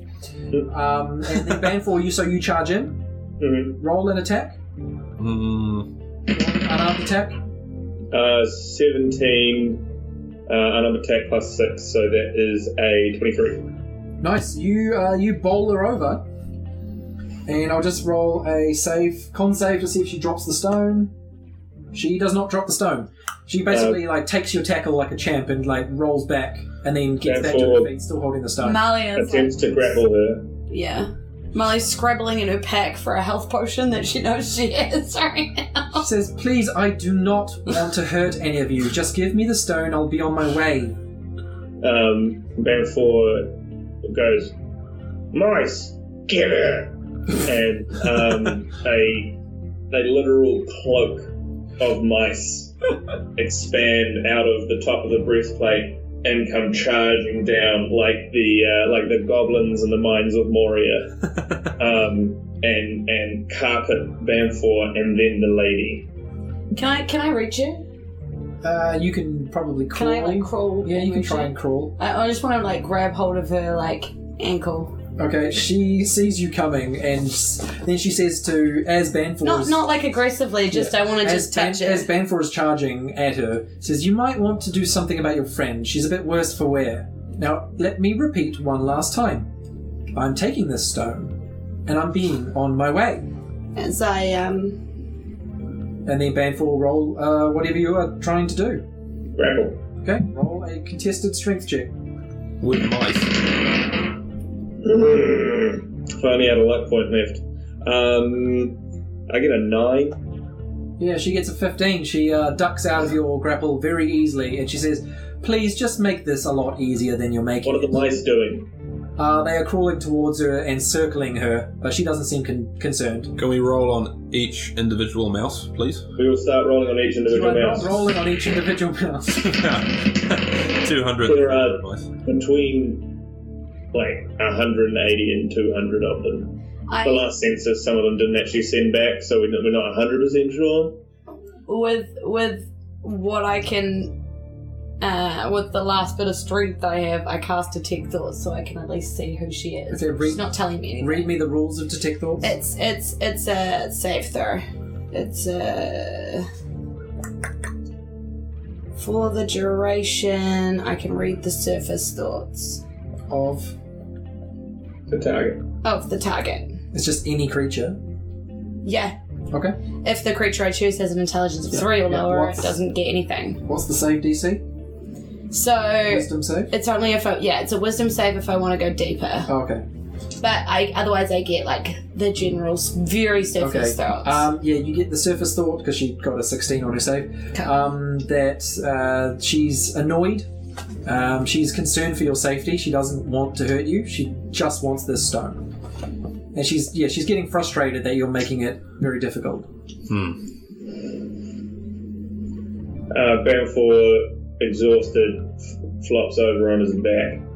[SPEAKER 1] Um, and then Banfor, you so you charge in,
[SPEAKER 4] Mhm.
[SPEAKER 1] roll an attack,
[SPEAKER 2] Mm,
[SPEAKER 1] unarmed attack.
[SPEAKER 4] Uh, 17 uh, unarmed attack plus 6, so that is a 23.
[SPEAKER 1] Nice. You uh, you bowl her over, and I'll just roll a save con save to see if she drops the stone. She does not drop the stone. She basically like takes your tackle like a champ and like rolls back and then gets back to her
[SPEAKER 4] Therefore-
[SPEAKER 1] feet, still holding the stone.
[SPEAKER 5] Molly is like,
[SPEAKER 4] Attempts to grapple her.
[SPEAKER 5] yeah. Molly's scribbling in her pack for a health potion that she knows she has right now.
[SPEAKER 1] She says, "Please, I do not want to hurt any of you. Just give me the stone. I'll be on my way."
[SPEAKER 4] Um, Banfor goes, Mice, get her! and um, a, a literal cloak of mice expand out of the top of the breastplate and come charging down like the uh, like the goblins in the mines of Moria, um, and and carpet Banfor and then the lady.
[SPEAKER 5] Can I can I reach you?
[SPEAKER 1] Uh, you can probably
[SPEAKER 5] Can
[SPEAKER 1] crawl.
[SPEAKER 5] I like crawl?
[SPEAKER 1] yeah, you can
[SPEAKER 5] reach
[SPEAKER 1] try
[SPEAKER 5] her?
[SPEAKER 1] and crawl.
[SPEAKER 5] I, I just want to like grab hold of her like ankle.
[SPEAKER 1] Okay, she sees you coming, and s- then she says to as Banfor.
[SPEAKER 5] Not
[SPEAKER 1] is-
[SPEAKER 5] not like aggressively. Just I want to
[SPEAKER 1] as,
[SPEAKER 5] just touch
[SPEAKER 1] Ban-
[SPEAKER 5] it.
[SPEAKER 1] as Banfor is charging at her, says, You might want to do something about your friend. She's a bit worse for wear. Now, let me repeat one last time. I'm taking this stone, and I'm being on my way.
[SPEAKER 3] As I um,
[SPEAKER 1] And then Banfor will roll uh, whatever you are trying to do.
[SPEAKER 4] Grapple.
[SPEAKER 1] Okay, roll a contested strength check.
[SPEAKER 2] with mice.
[SPEAKER 4] Mm. if I only had a luck point left. Um, I get a nine.
[SPEAKER 1] Yeah, she gets a 15. She uh, ducks out of your grapple very easily, and she says, Please just make this a lot easier than you're making
[SPEAKER 4] What are the
[SPEAKER 1] it."
[SPEAKER 4] mice doing?
[SPEAKER 1] Uh, they are crawling towards her and circling her, but she doesn't seem con- concerned.
[SPEAKER 2] Can we roll on each individual mouse, please?
[SPEAKER 4] We will start rolling on each
[SPEAKER 1] So
[SPEAKER 4] individual
[SPEAKER 1] I'm
[SPEAKER 4] mouse.
[SPEAKER 1] not rolling on each individual mouse.
[SPEAKER 2] Two hundred.
[SPEAKER 4] There are-
[SPEAKER 2] mice.
[SPEAKER 4] Between like 180 and 200 of them.
[SPEAKER 5] I,
[SPEAKER 4] The last census, some of them didn't actually send back, so we're not, we're not 100% sure.
[SPEAKER 5] with with what I can uh, with the last bit of strength I have, I cast detect thoughts so I can at least see who she is.
[SPEAKER 1] Okay, read-
[SPEAKER 5] She's not telling me anything.
[SPEAKER 1] Read me the rules of Detect Thoughts.
[SPEAKER 5] It's it's it's a safe throw. It's a for the duration. I can read the surface thoughts
[SPEAKER 1] Of
[SPEAKER 4] The target.
[SPEAKER 5] of the target.
[SPEAKER 1] it's just any creature.
[SPEAKER 5] Yeah.
[SPEAKER 1] Okay.
[SPEAKER 5] If the creature I choose has an intelligence of
[SPEAKER 1] Yeah,
[SPEAKER 5] three or
[SPEAKER 1] yeah,
[SPEAKER 5] lower, it
[SPEAKER 1] what's-
[SPEAKER 5] doesn't get anything.
[SPEAKER 1] What's the save DC?
[SPEAKER 5] So
[SPEAKER 1] Wisdom save.
[SPEAKER 5] it's only if I, yeah, it's a wisdom save if I want to go deeper.
[SPEAKER 1] Oh, okay.
[SPEAKER 5] But I otherwise I get like the general's very surface
[SPEAKER 1] okay.
[SPEAKER 5] thoughts.
[SPEAKER 1] Um, yeah, you get the surface thought because she got a 16 on her save. Um, that uh, she's annoyed. Um, she's concerned for your safety. She doesn't want to hurt you. She just wants this stone. And she's yeah, she's getting frustrated that you're making it very difficult.
[SPEAKER 2] Hmm.
[SPEAKER 4] Uh, Balfour, exhausted, f- flops over on his back,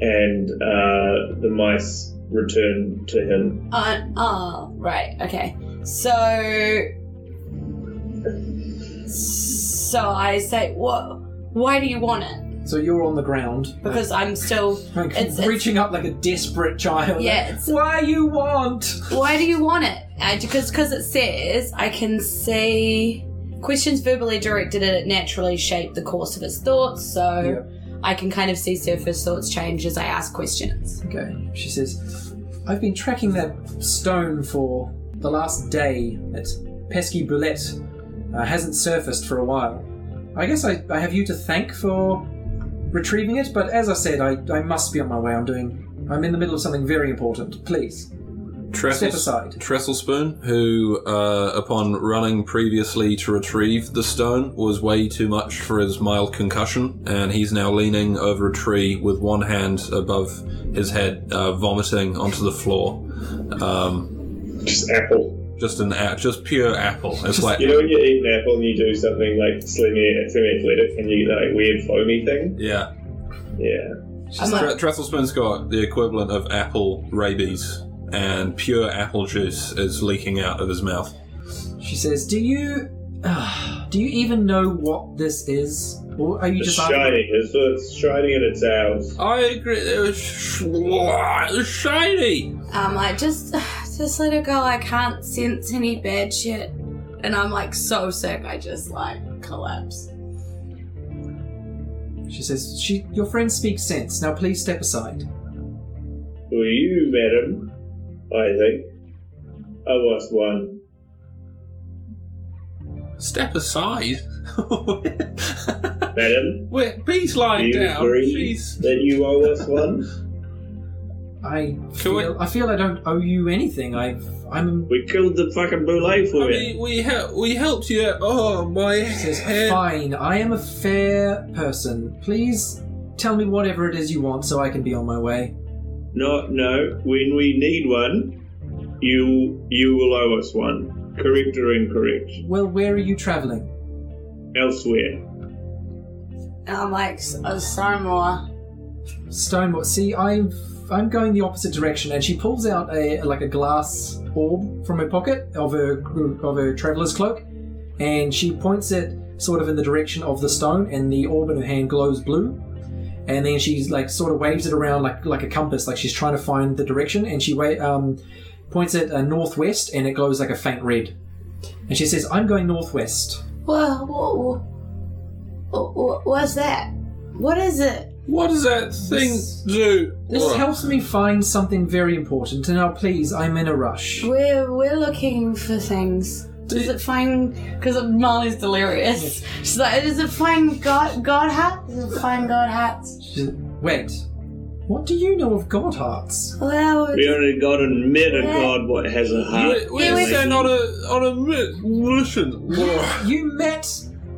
[SPEAKER 4] and uh, the mice return to him.
[SPEAKER 5] Uh, oh, right, okay. So. So I say, what? Why do you want it?
[SPEAKER 1] So you're on the ground,
[SPEAKER 5] Because I'm still.
[SPEAKER 1] like,
[SPEAKER 5] It's- it's-
[SPEAKER 1] reaching up like a desperate child.
[SPEAKER 5] Yeah, it's-
[SPEAKER 1] Why you want?
[SPEAKER 5] Why do you want it? Because because it says I can see questions verbally directed at it naturally shape the course of its thoughts. So I can kind of see surface thoughts change as I ask questions.
[SPEAKER 1] Okay. She says, I've been tracking that stone for the last day. That pesky bullet uh, hasn't surfaced for a while. I guess I, I have you to thank for retrieving it, but as I said, I, I must be on my way. I'm doing. I'm in the middle of something very important. Please.
[SPEAKER 2] Trestle,
[SPEAKER 1] Step aside.
[SPEAKER 2] Trestle Spoon, who, uh, upon running previously to retrieve the stone, was way too much for his mild concussion, and he's now leaning over a tree with one hand above his head, uh, vomiting onto the floor. Um,
[SPEAKER 4] Just apple.
[SPEAKER 2] just an a- just pure apple. It's like
[SPEAKER 4] You know when you eat an apple and you do something like semi athletic and you get that like, weird foamy thing?
[SPEAKER 2] yeah.
[SPEAKER 4] Yeah.
[SPEAKER 5] I'm like-
[SPEAKER 2] Tre- Trestle Spoon's got the equivalent of apple rabies, and pure apple juice is leaking out of his mouth.
[SPEAKER 1] She says, Do you. Uh, Do you even know what this is, or are you
[SPEAKER 4] It's
[SPEAKER 1] just asking-
[SPEAKER 4] shining. It's, it's shining in its hours.
[SPEAKER 2] I agree. It was sh- it was shiny.
[SPEAKER 5] I'm like, Um, just, just let it go. I can't sense any bad shit. And I'm like so sick. I just like collapse.
[SPEAKER 1] She says, "She, your friend speaks sense. Now please step aside."
[SPEAKER 4] Who are you, madam? I think. I was one.
[SPEAKER 2] Step aside.
[SPEAKER 4] Madam,
[SPEAKER 2] Wait, B's
[SPEAKER 4] do
[SPEAKER 2] lying
[SPEAKER 4] you
[SPEAKER 2] down.
[SPEAKER 4] agree
[SPEAKER 2] She's
[SPEAKER 4] that you owe us one?
[SPEAKER 1] I
[SPEAKER 2] Can we-
[SPEAKER 1] feel, I feel I don't owe you anything. I've, I'm.
[SPEAKER 4] We killed the fucking boule
[SPEAKER 2] I
[SPEAKER 4] for it.
[SPEAKER 2] mean, we help. We helped you. Oh my
[SPEAKER 1] She says,
[SPEAKER 2] head.
[SPEAKER 1] "Fine. I am a fair person. Please tell me whatever it is you want, so I can be on my way."
[SPEAKER 4] Not no. When we need one, you you will owe us one. Correct or incorrect.
[SPEAKER 1] Well, where are you traveling?
[SPEAKER 4] Elsewhere.
[SPEAKER 5] And I'm like, so, so more.
[SPEAKER 1] Stonewood. See, I'm I'm going the opposite direction, and she pulls out a like a glass orb from her pocket of her of her traveler's cloak, and she points it sort of in the direction of the stone, and the orb in her hand glows blue. And then she's like sort of waves it around like like a compass, like she's trying to find the direction, and she wa- um, points it uh, northwest, and it glows like a faint red. And she says, "I'm going northwest."
[SPEAKER 5] Whoa, whoa, whoa, whoa, what's that? What is it?
[SPEAKER 2] What does that thing
[SPEAKER 1] This-
[SPEAKER 2] do?
[SPEAKER 1] This
[SPEAKER 2] Oh.
[SPEAKER 1] helps me find something very important. And now, please, I'm in a rush.
[SPEAKER 5] We're we're looking for things. Does it find? Because Molly's delirious. She's like, does it find God God hat? Does it find God hats?
[SPEAKER 1] She said, Wait, what do you know of God hearts?
[SPEAKER 5] Well, it's-
[SPEAKER 4] We only got a met a
[SPEAKER 5] Yeah.
[SPEAKER 4] god what has a
[SPEAKER 2] We're,
[SPEAKER 4] heart.
[SPEAKER 2] we're
[SPEAKER 4] Like,
[SPEAKER 2] sent on a on a mi- mission. Oh.
[SPEAKER 1] You met.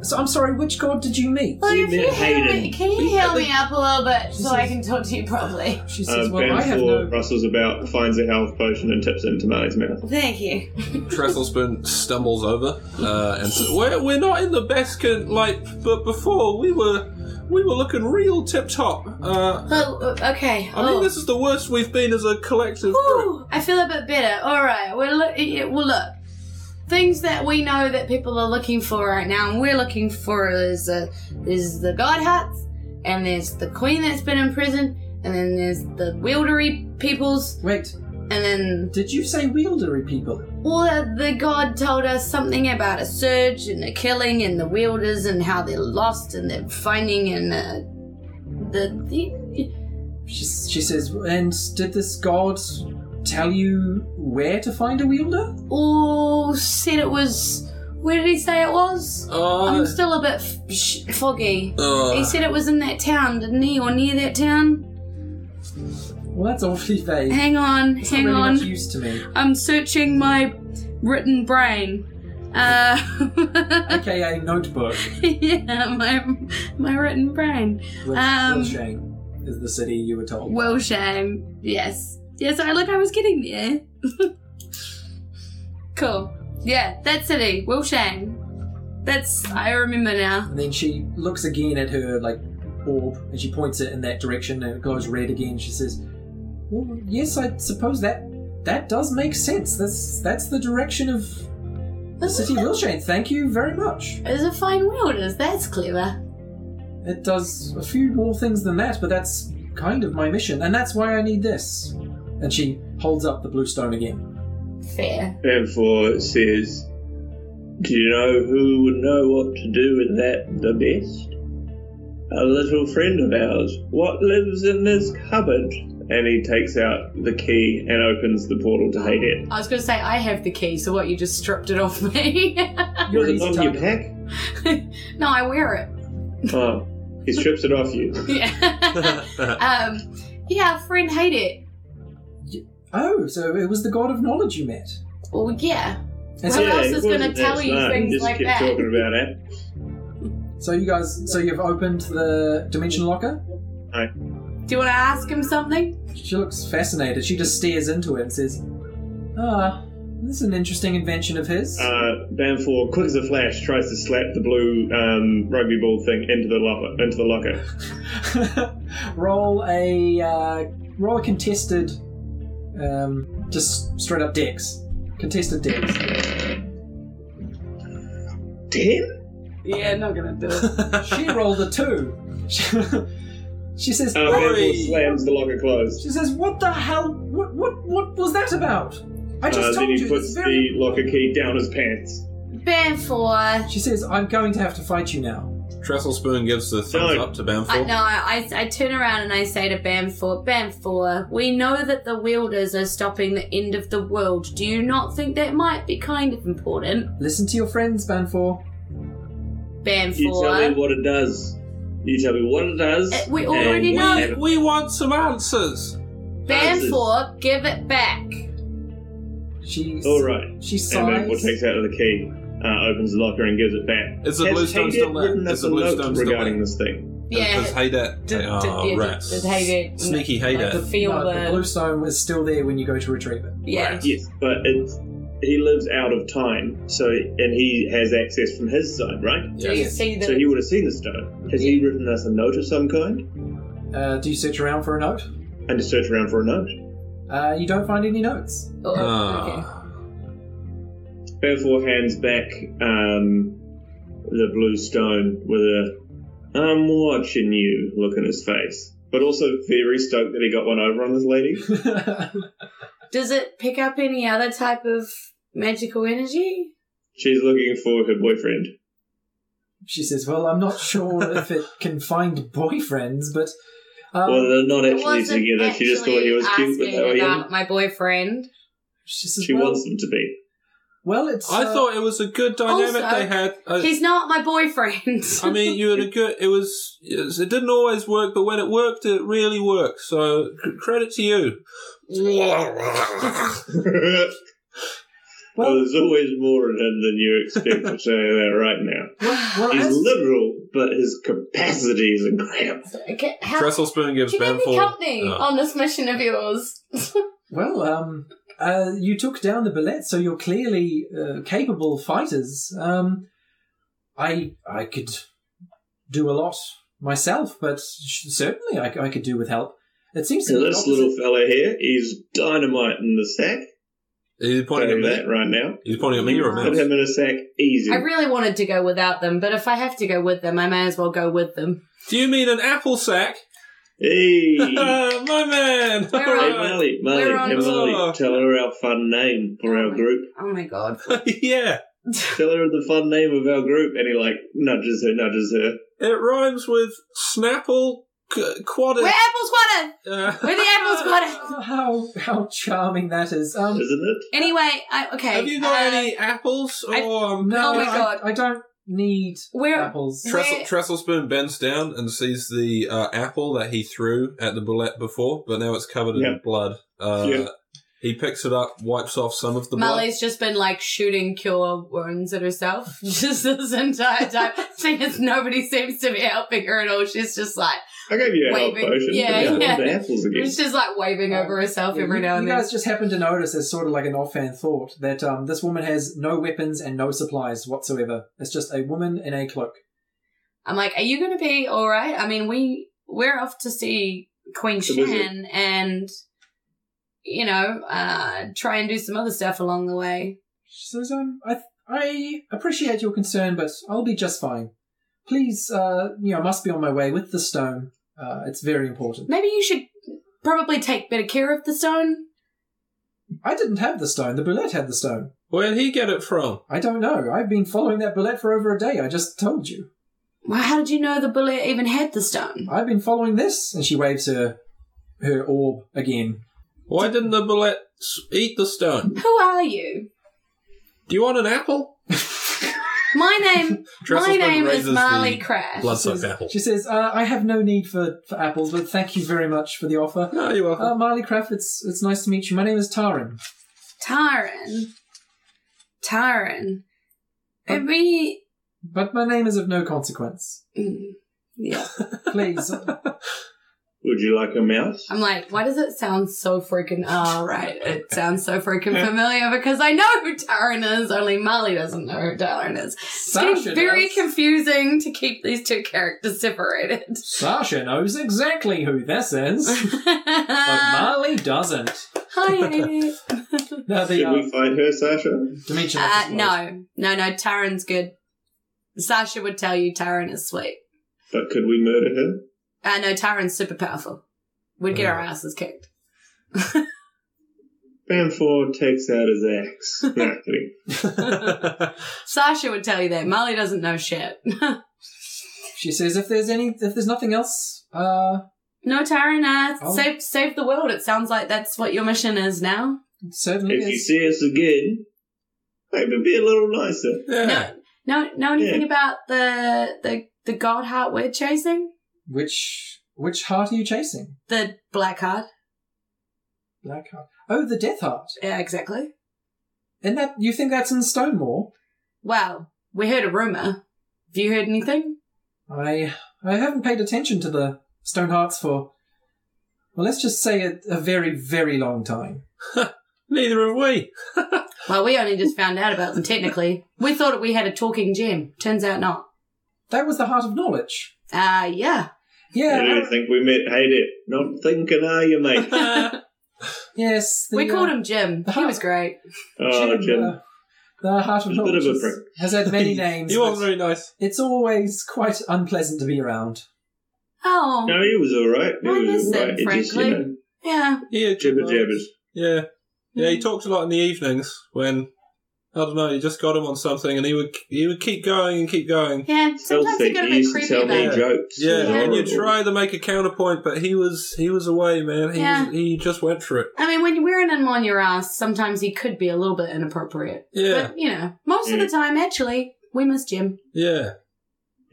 [SPEAKER 1] So I'm sorry, which God did you meet?
[SPEAKER 5] Look,
[SPEAKER 4] You
[SPEAKER 5] if
[SPEAKER 4] meant
[SPEAKER 5] you heal me,
[SPEAKER 4] Hayden.
[SPEAKER 5] can you heal me up a little bit so I can talk to you properly?
[SPEAKER 1] She says,
[SPEAKER 4] Uh,
[SPEAKER 1] Well, I have no.
[SPEAKER 4] rustles about, finds a health potion, and tips it into Marley's mouth.
[SPEAKER 5] Thank you.
[SPEAKER 2] Trestlespin stumbles over, uh, and so, we're, we're not in the best con- like, but before we were we were looking real tip top. Uh,
[SPEAKER 5] Oh, okay.
[SPEAKER 2] I mean,
[SPEAKER 5] oh.
[SPEAKER 2] this is the worst we've been as a collective group.
[SPEAKER 5] Whew, I feel a bit better. All right. Well, look. yeah, Well, look. Things that we know that people are looking for right now, and we're looking for is uh, is the god huts, and there's the queen that's been in prison, and then there's the wildery peoples,
[SPEAKER 1] Wait,
[SPEAKER 5] and then
[SPEAKER 1] did you say wieldery people?
[SPEAKER 5] well, the, the god told us something about a surge and the killing and the wielders and how they're lost and they're finding and uh, the, the
[SPEAKER 1] She, she says, And did this God tell you where to find a wielder?
[SPEAKER 5] all said it was. Where did he say it was?
[SPEAKER 2] Uh,
[SPEAKER 5] I'm still a bit f- sh- foggy.
[SPEAKER 2] uh,
[SPEAKER 5] He said it was in that town, didn't he? Or near that town?
[SPEAKER 1] Well, that's awfully vague.
[SPEAKER 5] Hang on,
[SPEAKER 1] It's
[SPEAKER 5] hang
[SPEAKER 1] not really
[SPEAKER 5] on.
[SPEAKER 1] much use to me.
[SPEAKER 5] I'm searching my written brain. Uh,
[SPEAKER 1] AKA notebook.
[SPEAKER 5] yeah, my my written brain.
[SPEAKER 1] Which,
[SPEAKER 5] Um,
[SPEAKER 1] Wilshang is the city you were told.
[SPEAKER 5] Well, shame. Yes, yes. I look. I was getting there. cool. Yeah, that city. Well, shame. That's I remember now.
[SPEAKER 1] And then she looks again at her like orb, and she points it in that direction, and it glows red again. She says, "Well, yes, I suppose that that does make sense. That's that's the direction of the city of Wilshane. Thank you very much.
[SPEAKER 5] It's a fine wilderness. That's clever.
[SPEAKER 1] It does a few more things than that, but that's kind of my mission, and that's why I need this." And she holds up the blue stone again.
[SPEAKER 5] Fair.
[SPEAKER 4] Amphor says, Do you know who would know what to do with that the best? A little friend of ours. What lives in this cupboard? And he takes out the key and opens the portal to Hayden.
[SPEAKER 5] I was going to say I have the key, so what? You just stripped it off me?
[SPEAKER 1] You're
[SPEAKER 4] Was it
[SPEAKER 1] easy
[SPEAKER 4] not in your
[SPEAKER 1] target.
[SPEAKER 4] pack?
[SPEAKER 5] no, I wear it.
[SPEAKER 4] Oh, he strips it off you.
[SPEAKER 5] Yeah. um, yeah, our friend hate it.
[SPEAKER 1] Oh, so it was the god of knowledge you met.
[SPEAKER 5] Well, yeah.
[SPEAKER 1] And
[SPEAKER 5] Who
[SPEAKER 1] so,
[SPEAKER 5] Well- else
[SPEAKER 4] it
[SPEAKER 5] is gonna
[SPEAKER 4] wasn't
[SPEAKER 5] tell
[SPEAKER 4] that
[SPEAKER 5] you
[SPEAKER 4] smart.
[SPEAKER 5] things
[SPEAKER 4] He just
[SPEAKER 5] like
[SPEAKER 4] kept
[SPEAKER 5] that?
[SPEAKER 4] talking about it.
[SPEAKER 1] so you guys, so you've opened the dimension locker.
[SPEAKER 5] Do you want to ask him something?
[SPEAKER 1] She looks fascinated. She just stares into it and says, Ah, this is an interesting invention of his.
[SPEAKER 4] Uh, Banfor, quick as a flash, tries to slap the blue um, rugby ball thing into the locker. Into the locker.
[SPEAKER 1] roll a uh, roll a contested, um, just straight up dex. Contested dex.
[SPEAKER 4] Ten?
[SPEAKER 3] Yeah, not gonna do it.
[SPEAKER 1] She rolled a two. She, she says,
[SPEAKER 4] Um,
[SPEAKER 1] "What?"
[SPEAKER 4] Vandal
[SPEAKER 2] Hurry.
[SPEAKER 4] slams the locker closed.
[SPEAKER 1] she says, what the hell? What what what was that about? I just
[SPEAKER 4] Uh,
[SPEAKER 1] told
[SPEAKER 4] then he
[SPEAKER 1] you.
[SPEAKER 4] puts
[SPEAKER 1] it's very...
[SPEAKER 4] the locker key down his pants.
[SPEAKER 5] Bamfor.
[SPEAKER 1] She says, I'm going to have to fight you now.
[SPEAKER 2] Trestle Spoon gives the thumbs
[SPEAKER 4] No.
[SPEAKER 2] up to
[SPEAKER 5] I,
[SPEAKER 2] Bamfor.
[SPEAKER 5] no, I, I turn around and I say to Bamfor, Bamfor, we know that the wielders are stopping the end of the world. Do you not think that might be kind of important?
[SPEAKER 1] Listen to your friends, Banfor.
[SPEAKER 4] You tell me
[SPEAKER 5] Bamfor.
[SPEAKER 4] what it does. You tell me what it does.
[SPEAKER 5] Uh, we
[SPEAKER 4] and
[SPEAKER 5] already
[SPEAKER 4] we
[SPEAKER 5] know.
[SPEAKER 4] have it.
[SPEAKER 2] We want some answers.
[SPEAKER 5] Bamfor, give it back.
[SPEAKER 1] She
[SPEAKER 4] All right.
[SPEAKER 1] she
[SPEAKER 4] And then what
[SPEAKER 1] sighs.
[SPEAKER 4] takes out of the key, uh, opens the locker and gives it back.
[SPEAKER 2] Is the
[SPEAKER 4] Has
[SPEAKER 2] blue stone
[SPEAKER 4] Hayden
[SPEAKER 2] still
[SPEAKER 4] written
[SPEAKER 2] there? Is
[SPEAKER 4] us
[SPEAKER 2] the
[SPEAKER 4] a
[SPEAKER 2] blue
[SPEAKER 4] note
[SPEAKER 2] stone still
[SPEAKER 4] regarding
[SPEAKER 2] there?
[SPEAKER 4] this thing?
[SPEAKER 5] Yeah.
[SPEAKER 2] Does Haydat?
[SPEAKER 5] Did-
[SPEAKER 2] oh,
[SPEAKER 5] did- yeah,
[SPEAKER 2] rats.
[SPEAKER 5] did Haydat-
[SPEAKER 2] Sneaky
[SPEAKER 1] Uh,
[SPEAKER 2] Haydat.
[SPEAKER 1] the,
[SPEAKER 5] Feel
[SPEAKER 1] no, the
[SPEAKER 5] the-
[SPEAKER 1] blue stone is still there when you go to retrieve it.
[SPEAKER 5] Yeah.
[SPEAKER 4] Yes, but it's he lives out of time, so and he has access from his side, right?
[SPEAKER 5] Do you see the
[SPEAKER 4] So he would have seen the stone. Has he written us a note of some kind?
[SPEAKER 1] Uh, do you search around for a note?
[SPEAKER 4] And to search around for a note.
[SPEAKER 1] Uh, you don't find any notes.
[SPEAKER 5] Oh, okay.
[SPEAKER 2] Ah.
[SPEAKER 4] Therefore, hands back um, the blue stone with a "I'm watching you" look in his face, but also very stoked that he got one over on this lady.
[SPEAKER 5] Does it pick up any other type of magical energy?
[SPEAKER 4] She's looking for her boyfriend.
[SPEAKER 1] she says, "Well, I'm not sure if it can find boyfriends, but um,
[SPEAKER 4] Well, uh, they're not
[SPEAKER 5] I
[SPEAKER 4] actually
[SPEAKER 5] wasn't
[SPEAKER 4] together. she just thought he was
[SPEAKER 5] actually
[SPEAKER 4] cute, but they were
[SPEAKER 5] asking
[SPEAKER 4] young.
[SPEAKER 5] about my boyfriend.
[SPEAKER 1] she says,
[SPEAKER 4] She
[SPEAKER 1] well,
[SPEAKER 4] wants him to be.
[SPEAKER 1] well, it's
[SPEAKER 2] I
[SPEAKER 1] uh,
[SPEAKER 2] thought it was a good dynamic
[SPEAKER 5] Also,
[SPEAKER 2] they had. I,
[SPEAKER 5] He's not my boyfriend.
[SPEAKER 2] I mean, you had a good. It was. It didn't always work, but when it worked, it really worked. So c- credit to you.
[SPEAKER 4] well,
[SPEAKER 1] well,
[SPEAKER 4] there's always more in him than you expect. I'm saying that right now.
[SPEAKER 1] well,
[SPEAKER 4] He's
[SPEAKER 1] as,
[SPEAKER 4] liberal, but his capacity is incredible.
[SPEAKER 5] Okay, how-
[SPEAKER 2] Trestle Spoon gives
[SPEAKER 5] Can you me
[SPEAKER 2] Bamfor.
[SPEAKER 5] company
[SPEAKER 2] Oh.
[SPEAKER 5] on this mission of yours?
[SPEAKER 1] well, um, uh, you took down the billet, so you're clearly uh, capable fighters. Um, I I could do a lot myself, but sh- certainly I, I could do with help. It seems to
[SPEAKER 4] So
[SPEAKER 1] be
[SPEAKER 4] this
[SPEAKER 1] the
[SPEAKER 4] little
[SPEAKER 1] opposite-
[SPEAKER 4] fella here is dynamite in the sack.
[SPEAKER 2] He's pointing at
[SPEAKER 4] Pointing
[SPEAKER 2] me.
[SPEAKER 4] that right now.
[SPEAKER 2] He's pointing at me or a
[SPEAKER 4] Put
[SPEAKER 2] mouse.
[SPEAKER 4] him in a sack, easy.
[SPEAKER 5] I really wanted to go without them, but if I have to go with them, I may as well go with them.
[SPEAKER 2] Do you mean an apple sack?
[SPEAKER 4] hey, hey,
[SPEAKER 2] My man.
[SPEAKER 5] Where are-
[SPEAKER 4] Marley, Marley,
[SPEAKER 5] We're on
[SPEAKER 4] hey, Marley,
[SPEAKER 2] tour.
[SPEAKER 4] tell her our fun name for our group.
[SPEAKER 5] Oh my god.
[SPEAKER 2] yeah,
[SPEAKER 4] Tell her the fun name of our group, and he like nudges her, nudges her.
[SPEAKER 2] it rhymes with Snapple qu- Quadit.
[SPEAKER 5] We're Apple Squadron!
[SPEAKER 2] Uh,
[SPEAKER 5] We're the Apple Squadron!
[SPEAKER 1] How how charming that is. Um,
[SPEAKER 4] Isn't it?
[SPEAKER 5] Anyway, I, okay.
[SPEAKER 2] Have you got
[SPEAKER 5] uh,
[SPEAKER 2] any apples
[SPEAKER 5] I-
[SPEAKER 2] or um,
[SPEAKER 1] no,
[SPEAKER 5] Oh my
[SPEAKER 1] I-
[SPEAKER 5] God.
[SPEAKER 1] I don't need
[SPEAKER 5] We're.
[SPEAKER 1] apples.
[SPEAKER 2] Trestle,
[SPEAKER 5] Where-
[SPEAKER 2] Trestle Spoon bends down and sees the uh, apple that he threw at the bullet before, but now it's covered in
[SPEAKER 4] Yeah.
[SPEAKER 2] blood. Uh,
[SPEAKER 4] Yeah.
[SPEAKER 2] He picks it up, wipes off some of the blood.
[SPEAKER 5] Molly's just been like shooting cure wounds at herself just this entire time. Thing is, nobody seems to be helping her at all. She's just like,
[SPEAKER 4] I gave you a health
[SPEAKER 5] Waving.
[SPEAKER 4] potion.
[SPEAKER 5] Yeah,
[SPEAKER 4] but you
[SPEAKER 5] yeah.
[SPEAKER 4] want the apples again.
[SPEAKER 5] she's just like waving
[SPEAKER 2] Oh.
[SPEAKER 5] over herself
[SPEAKER 1] Yeah,
[SPEAKER 5] every
[SPEAKER 1] you,
[SPEAKER 5] now and
[SPEAKER 1] you
[SPEAKER 5] then.
[SPEAKER 1] guys just happen to notice as sort of like an offhand thought that um, this woman has no weapons and no supplies whatsoever. It's just a woman in a cloak.
[SPEAKER 5] I'm like, are you going to be all right? I mean, we we're off to see Queen
[SPEAKER 4] The wizard.
[SPEAKER 5] Shan and you know uh, try and do some other stuff along the way.
[SPEAKER 1] She says, um, I, I appreciate your concern, but I'll be just fine. Please, uh, you know, I must be on my way with the stone. Uh, it's very important.
[SPEAKER 5] Maybe you should probably take better care of the stone.
[SPEAKER 1] I didn't have the stone. The bullet had the stone.
[SPEAKER 2] Where'd he get it from?
[SPEAKER 1] I don't know. I've been following that bullet for over a day. I just told you.
[SPEAKER 5] Well, how did you know the bullet even had the stone?
[SPEAKER 1] I've been following this. And she waves her, her orb again.
[SPEAKER 2] Why didn't the bullet s- eat the stone?
[SPEAKER 5] Who are you?
[SPEAKER 2] Do you want an apple?
[SPEAKER 5] My name, my
[SPEAKER 2] Trestle Spoon
[SPEAKER 5] name is
[SPEAKER 2] raises the
[SPEAKER 5] Marley Crash.
[SPEAKER 2] Blood soaked apple.
[SPEAKER 1] She says, uh, I have no need for, for apples, but thank you very much for the offer.
[SPEAKER 2] No, you're welcome.
[SPEAKER 1] Uh, Marley Craft, it's it's nice to meet you. My name is Taran.
[SPEAKER 5] Taran. Taran.
[SPEAKER 1] Um,
[SPEAKER 5] Are we?
[SPEAKER 1] but my name is of no consequence.
[SPEAKER 5] Mm, Yeah.
[SPEAKER 1] Please, uh,
[SPEAKER 4] Would you like a mouse?
[SPEAKER 5] I'm like, why does it sound so freaking? Oh, right. It sounds so freaking familiar because I know who Taran is. Only Marley doesn't know who Taran is. It's
[SPEAKER 1] Sasha
[SPEAKER 5] getting very
[SPEAKER 1] knows.
[SPEAKER 5] confusing to keep these two characters separated.
[SPEAKER 1] Sasha knows exactly who this is, but
[SPEAKER 5] Uh,
[SPEAKER 1] Marley doesn't.
[SPEAKER 5] Hi.
[SPEAKER 1] No, the
[SPEAKER 4] Should
[SPEAKER 1] uh,
[SPEAKER 4] we fight her, Sasha?
[SPEAKER 1] Dimension.
[SPEAKER 5] Uh, no, no, no. Taran's good. Sasha would tell you Taran is sweet.
[SPEAKER 4] But could we murder him?
[SPEAKER 5] Uh, no, Taran's super powerful. We'd get our asses kicked.
[SPEAKER 4] Bamford takes out his axe. no, kidding.
[SPEAKER 5] Um, Sasha would tell you that. Molly doesn't know shit.
[SPEAKER 1] She says, if there's any, if there's nothing else, uh,
[SPEAKER 5] no, Taran, uh,
[SPEAKER 1] Oh.
[SPEAKER 5] save, save the world. It sounds like that's what your mission is now.
[SPEAKER 1] certainly.
[SPEAKER 4] If you
[SPEAKER 1] is-
[SPEAKER 4] see us again, maybe be a little nicer.
[SPEAKER 1] Yeah.
[SPEAKER 5] No, know anything
[SPEAKER 4] Yeah.
[SPEAKER 5] about the the the gold heart we're chasing?
[SPEAKER 1] Which which heart are you chasing?
[SPEAKER 5] The black heart.
[SPEAKER 1] Black heart. Oh, the death heart.
[SPEAKER 5] Yeah, exactly.
[SPEAKER 1] And that you think that's in Stonemore?
[SPEAKER 5] Well, we heard a rumor. Have you heard anything?
[SPEAKER 1] I I haven't paid attention to the stone hearts for. Well, let's just say a, a very very long time.
[SPEAKER 2] Neither have we.
[SPEAKER 5] Well, we only just found out about them technically. We thought we had a talking gem. Turns out not.
[SPEAKER 1] That was the heart of knowledge.
[SPEAKER 5] Uh, yeah.
[SPEAKER 1] Yeah.
[SPEAKER 4] I
[SPEAKER 1] I-
[SPEAKER 4] don't think we met. Hate it. Not thinking, are you, mate?
[SPEAKER 1] yes. the,
[SPEAKER 5] we called
[SPEAKER 1] uh,
[SPEAKER 5] him Jim. He was great.
[SPEAKER 4] Oh,
[SPEAKER 1] Jim,
[SPEAKER 4] Jim.
[SPEAKER 1] uh, the heart of
[SPEAKER 4] He's a bit
[SPEAKER 1] knowledge
[SPEAKER 4] of a
[SPEAKER 1] has-
[SPEAKER 4] prick.
[SPEAKER 1] has had many names.
[SPEAKER 2] He
[SPEAKER 1] but
[SPEAKER 2] wasn't really nice.
[SPEAKER 1] It's always quite unpleasant to be around.
[SPEAKER 5] Oh,
[SPEAKER 4] No, he was all right. He
[SPEAKER 5] I
[SPEAKER 4] was
[SPEAKER 5] miss
[SPEAKER 4] all right.
[SPEAKER 5] him,
[SPEAKER 4] He just, you
[SPEAKER 5] frankly.
[SPEAKER 4] know,
[SPEAKER 5] yeah.
[SPEAKER 2] Yeah,
[SPEAKER 4] jibber jabbers.
[SPEAKER 2] Yeah. Yeah, he
[SPEAKER 5] Hmm.
[SPEAKER 2] talked a lot in the evenings when I don't know, you just got him on something and he would he would keep going and keep going.
[SPEAKER 5] Yeah,
[SPEAKER 4] Still
[SPEAKER 5] sometimes they
[SPEAKER 4] think
[SPEAKER 5] got a
[SPEAKER 4] he
[SPEAKER 5] bit
[SPEAKER 4] used to
[SPEAKER 5] creepy
[SPEAKER 4] tell
[SPEAKER 5] about
[SPEAKER 4] me
[SPEAKER 2] it.
[SPEAKER 5] it.
[SPEAKER 4] jokes.
[SPEAKER 2] Yeah,
[SPEAKER 4] It was
[SPEAKER 2] and you
[SPEAKER 4] horrible.
[SPEAKER 2] try to make a counterpoint, but he was he was away, man. He
[SPEAKER 5] Yeah.
[SPEAKER 2] was, he just went for it.
[SPEAKER 5] I mean, when you're wearing him on your ass, sometimes he could be a little bit inappropriate.
[SPEAKER 2] Yeah,
[SPEAKER 5] But, you know, most of the
[SPEAKER 4] Mm.
[SPEAKER 5] time, actually, we miss Jim.
[SPEAKER 2] yeah.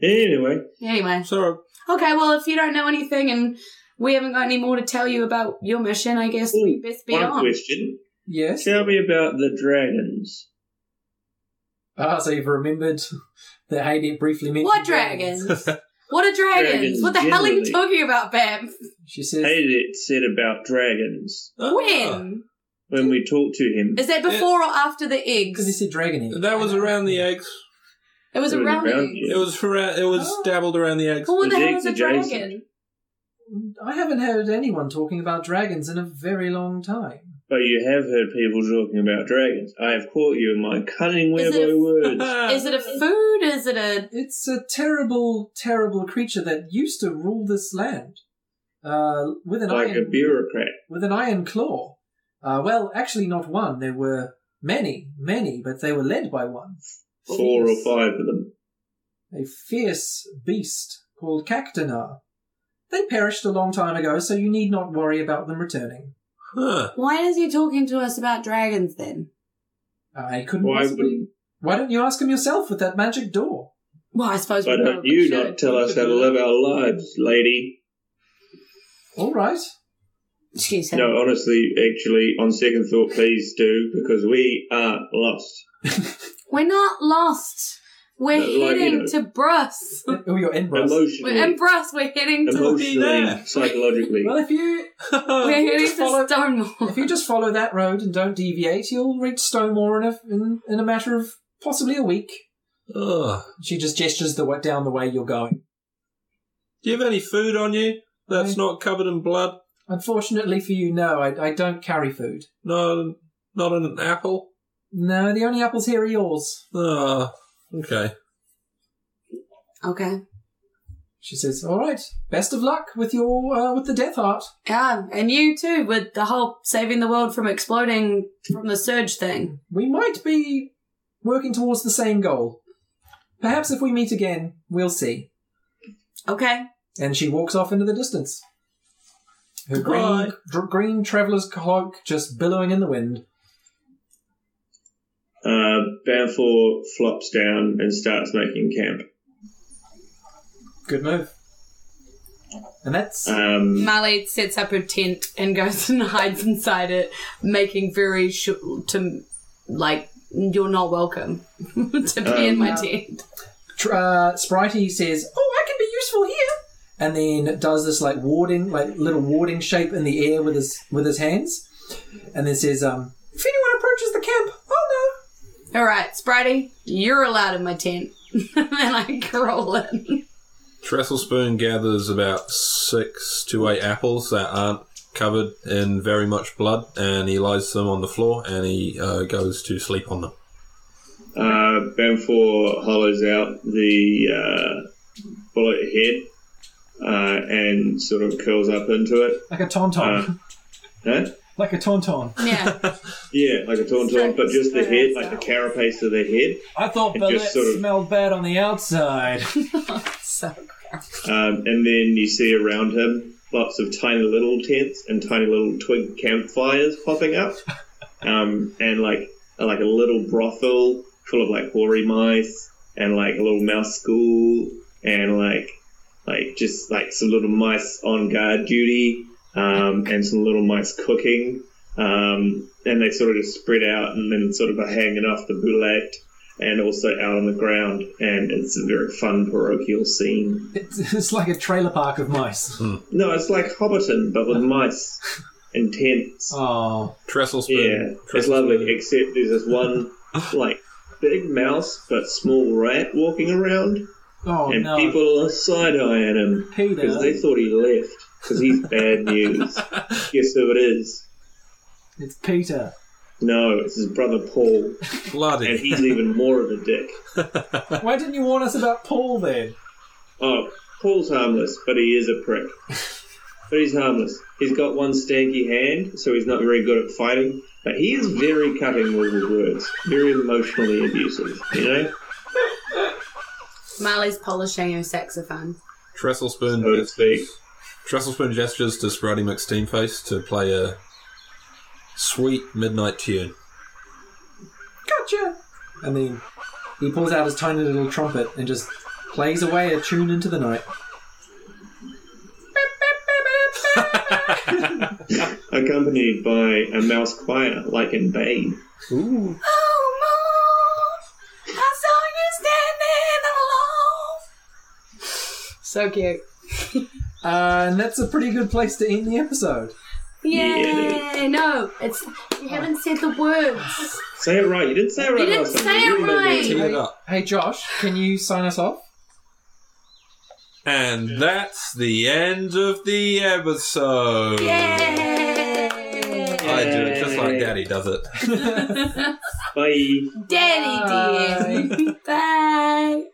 [SPEAKER 4] Anyway,
[SPEAKER 5] Anyway.
[SPEAKER 2] So
[SPEAKER 5] Okay, well, if you don't know anything and we haven't got any more to tell you about your mission, I guess we
[SPEAKER 4] Ooh,
[SPEAKER 5] best be
[SPEAKER 4] one
[SPEAKER 5] on.
[SPEAKER 4] question.
[SPEAKER 1] Yes.
[SPEAKER 4] Tell me about the dragons.
[SPEAKER 1] Ah, so you've remembered that Heidi briefly mentioned.
[SPEAKER 5] What dragons? what are dragons?
[SPEAKER 4] Dragons,
[SPEAKER 5] what the hell are you
[SPEAKER 4] generally.
[SPEAKER 5] talking about, Bam?
[SPEAKER 1] She says.
[SPEAKER 4] Hate it said about dragons
[SPEAKER 2] uh,
[SPEAKER 1] Ah.
[SPEAKER 5] When?
[SPEAKER 4] when we talked to him.
[SPEAKER 5] Is that before or after the
[SPEAKER 1] Because he
[SPEAKER 5] eggs?
[SPEAKER 1] said dragon egg.
[SPEAKER 2] Ah, that was around the eggs.
[SPEAKER 5] It was
[SPEAKER 4] It was
[SPEAKER 5] around the
[SPEAKER 4] around
[SPEAKER 5] eggs.
[SPEAKER 4] you.
[SPEAKER 2] It was for it was
[SPEAKER 1] Oh.
[SPEAKER 2] dabbled around the eggs.
[SPEAKER 5] Well, what the
[SPEAKER 4] It was
[SPEAKER 5] hell is a
[SPEAKER 4] eggs
[SPEAKER 5] dragon?
[SPEAKER 4] adjacent.
[SPEAKER 1] I haven't heard anyone talking about dragons in a very long time.
[SPEAKER 4] But Oh, you have heard people talking about dragons. I have caught you in my cunning
[SPEAKER 5] Is
[SPEAKER 4] web
[SPEAKER 5] it a-
[SPEAKER 4] o' words.
[SPEAKER 5] Is it a food? Is it a.
[SPEAKER 1] It's a terrible, terrible creature that used to rule this land. Uh, with an
[SPEAKER 4] like
[SPEAKER 1] iron
[SPEAKER 4] a bureaucrat.
[SPEAKER 1] with an iron claw. Uh, well, actually, not one. There were many, many, but they were led by one.
[SPEAKER 4] Four or
[SPEAKER 1] Fierce-
[SPEAKER 4] five of them.
[SPEAKER 1] A fierce beast called Cactinar. They perished a long time ago, so you need not worry about them returning.
[SPEAKER 2] Huh.
[SPEAKER 5] Why is he talking to us about dragons then?
[SPEAKER 1] I couldn't
[SPEAKER 4] Why
[SPEAKER 1] possibly.
[SPEAKER 4] wouldn't-
[SPEAKER 1] Why don't you ask him yourself with that magic door?
[SPEAKER 5] Well, I suppose
[SPEAKER 4] Why
[SPEAKER 5] we
[SPEAKER 4] don't
[SPEAKER 5] probably
[SPEAKER 4] you
[SPEAKER 5] should.
[SPEAKER 4] not tell us how to live our lives, lady?
[SPEAKER 1] All right.
[SPEAKER 5] Excuse him.
[SPEAKER 4] No, honestly, actually, on second thought, please do, because we are lost.
[SPEAKER 5] We're not lost. We're
[SPEAKER 4] No, like, you
[SPEAKER 5] heading
[SPEAKER 4] know.
[SPEAKER 5] to Bruss.
[SPEAKER 1] oh, you're in Bruce.
[SPEAKER 4] Emotionally,
[SPEAKER 5] We're in Bruss. We're heading to.
[SPEAKER 4] emotionally, psychologically.
[SPEAKER 1] Well, if you
[SPEAKER 5] We're heading
[SPEAKER 1] Just follow-
[SPEAKER 5] to Stonewall.
[SPEAKER 1] if you just follow that road and don't deviate, you'll reach Stonemore in a in, in a matter of possibly a week.
[SPEAKER 2] Ugh.
[SPEAKER 1] She just gestures the way, down the way you're going.
[SPEAKER 2] Do you have any food on you that's not covered in blood?
[SPEAKER 1] Unfortunately for you, no, I, I don't carry food.
[SPEAKER 2] No, not an apple.
[SPEAKER 1] No, the only apples here are yours.
[SPEAKER 2] Ah, okay.
[SPEAKER 5] Okay.
[SPEAKER 1] She says, "All right, best of luck with your uh, with the Death Heart."
[SPEAKER 5] Yeah, and you too with the whole saving the world from exploding from the surge thing.
[SPEAKER 1] We might be working towards the same goal. Perhaps if we meet again, we'll see.
[SPEAKER 5] Okay.
[SPEAKER 1] And she walks off into the distance. Her
[SPEAKER 2] Goodbye.
[SPEAKER 1] green, dr- green traveler's cloak just billowing in the wind.
[SPEAKER 4] Uh, Balfour flops down and starts making camp.
[SPEAKER 1] Good move. And that's
[SPEAKER 4] Um,
[SPEAKER 5] Marley sets up her tent and goes and hides inside it, making very sure to, like, you're not welcome to be in my tent.
[SPEAKER 1] Tr- uh, Spritey says, "Oh, I can be useful here," and then does this like warding, like little warding shape in the air with his with his hands, and then says, um, "If anyone approaches the camp, oh
[SPEAKER 5] All right, Spritey, you're allowed in my tent. and I crawl in.
[SPEAKER 2] Trestle Spoon gathers about six to eight apples that aren't covered in very much blood, and he lies them on the floor and he uh, goes to sleep on them.
[SPEAKER 4] Uh, Bamfor hollows out the uh, bullet head uh, and sort of curls up into it.
[SPEAKER 1] Like a
[SPEAKER 4] Uh.
[SPEAKER 1] tauntaun.
[SPEAKER 4] Huh?
[SPEAKER 1] like a tauntaun.
[SPEAKER 5] Yeah.
[SPEAKER 4] Yeah, like a tauntaun, but just the head, like the
[SPEAKER 5] Straight
[SPEAKER 4] carapace of the head.
[SPEAKER 1] I thought
[SPEAKER 4] It
[SPEAKER 1] Bullet
[SPEAKER 4] just sort of-
[SPEAKER 1] smelled bad on the outside.
[SPEAKER 5] so
[SPEAKER 4] Um, and then you see around him lots of tiny little tents and tiny little twig campfires popping up, um, and like like a little brothel full of like hoary mice and like a little mouse school and like like just like some little mice on guard duty um, and some little mice cooking. Um, and they sort of just spread out and then sort of are hanging off the boulette and also out on the ground. And it's a very fun parochial scene.
[SPEAKER 1] it's, it's like a trailer park of
[SPEAKER 4] Hmm.
[SPEAKER 1] mice.
[SPEAKER 4] No, it's like Hobbiton, but with mice and tents.
[SPEAKER 1] Oh,
[SPEAKER 2] Trestle spoon.
[SPEAKER 4] yeah, it's
[SPEAKER 2] Trestle
[SPEAKER 4] lovely.
[SPEAKER 2] spoon.
[SPEAKER 4] Except there's this one, like, big mouse but small rat walking around,
[SPEAKER 1] oh
[SPEAKER 4] and
[SPEAKER 1] no,
[SPEAKER 4] people are side eyeing him because they
[SPEAKER 1] Peter.
[SPEAKER 4] thought he left because he's bad news. Guess who it is?
[SPEAKER 1] It's Peter.
[SPEAKER 4] No, it's his brother Paul, and
[SPEAKER 2] Bloody.
[SPEAKER 4] he's even more of a dick.
[SPEAKER 1] Why didn't you warn us about Paul then?
[SPEAKER 4] Oh, Paul's harmless, but he is a prick. But he's harmless. He's got one stanky hand, so he's not very good at fighting. But he is very cutting with his words, very emotionally abusive. You know,
[SPEAKER 5] Marley's polishing her saxophone.
[SPEAKER 2] Trestle spoon.
[SPEAKER 4] so to speak.
[SPEAKER 2] Trestle spoon gestures to Spratty McSteamface to play a sweet midnight tune.
[SPEAKER 1] Gotcha. And then he pulls out his tiny little trumpet and just plays away a tune into the night.
[SPEAKER 4] Accompanied by a mouse choir, like in Babe.
[SPEAKER 2] Ooh.
[SPEAKER 5] Oh, Mom! I saw you standing alone! So cute.
[SPEAKER 1] Uh, and that's a pretty good place to end the episode.
[SPEAKER 4] Yeah.
[SPEAKER 5] Yay! No, it's. You haven't said the words.
[SPEAKER 4] Say it right. You didn't say it right.
[SPEAKER 5] You didn't
[SPEAKER 4] last time.
[SPEAKER 5] say it
[SPEAKER 4] really made me-
[SPEAKER 5] right.
[SPEAKER 2] Tee it up.
[SPEAKER 1] Hey Josh, can you sign us off?
[SPEAKER 2] And that's the end of the episode.
[SPEAKER 5] Yay!
[SPEAKER 2] I do it just like Daddy does it.
[SPEAKER 4] Bye.
[SPEAKER 5] Daddy dear. Bye.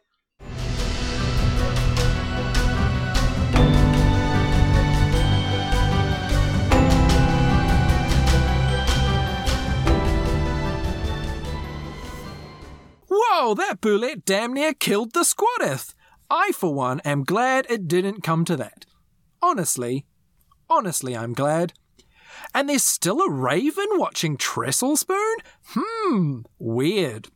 [SPEAKER 6] Whoa, that bullet damn near killed the squadeth. I, for one, am glad it didn't come to that. Honestly, honestly, I'm glad. And there's still a raven watching Trestle Spoon? Hmm, weird.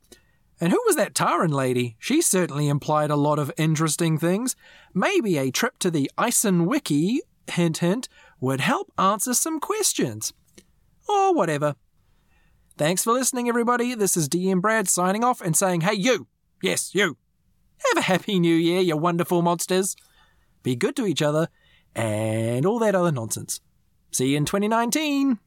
[SPEAKER 6] And who was that Taran lady? She certainly implied a lot of interesting things. Maybe a trip to the Ison Wiki, hint hint, would help answer some questions. Or whatever. Thanks for listening, everybody. This is DM Brad signing off and saying, hey, you, yes, you, have a happy new year, you wonderful monsters. Be good to each other and all that other nonsense. See you in 2019.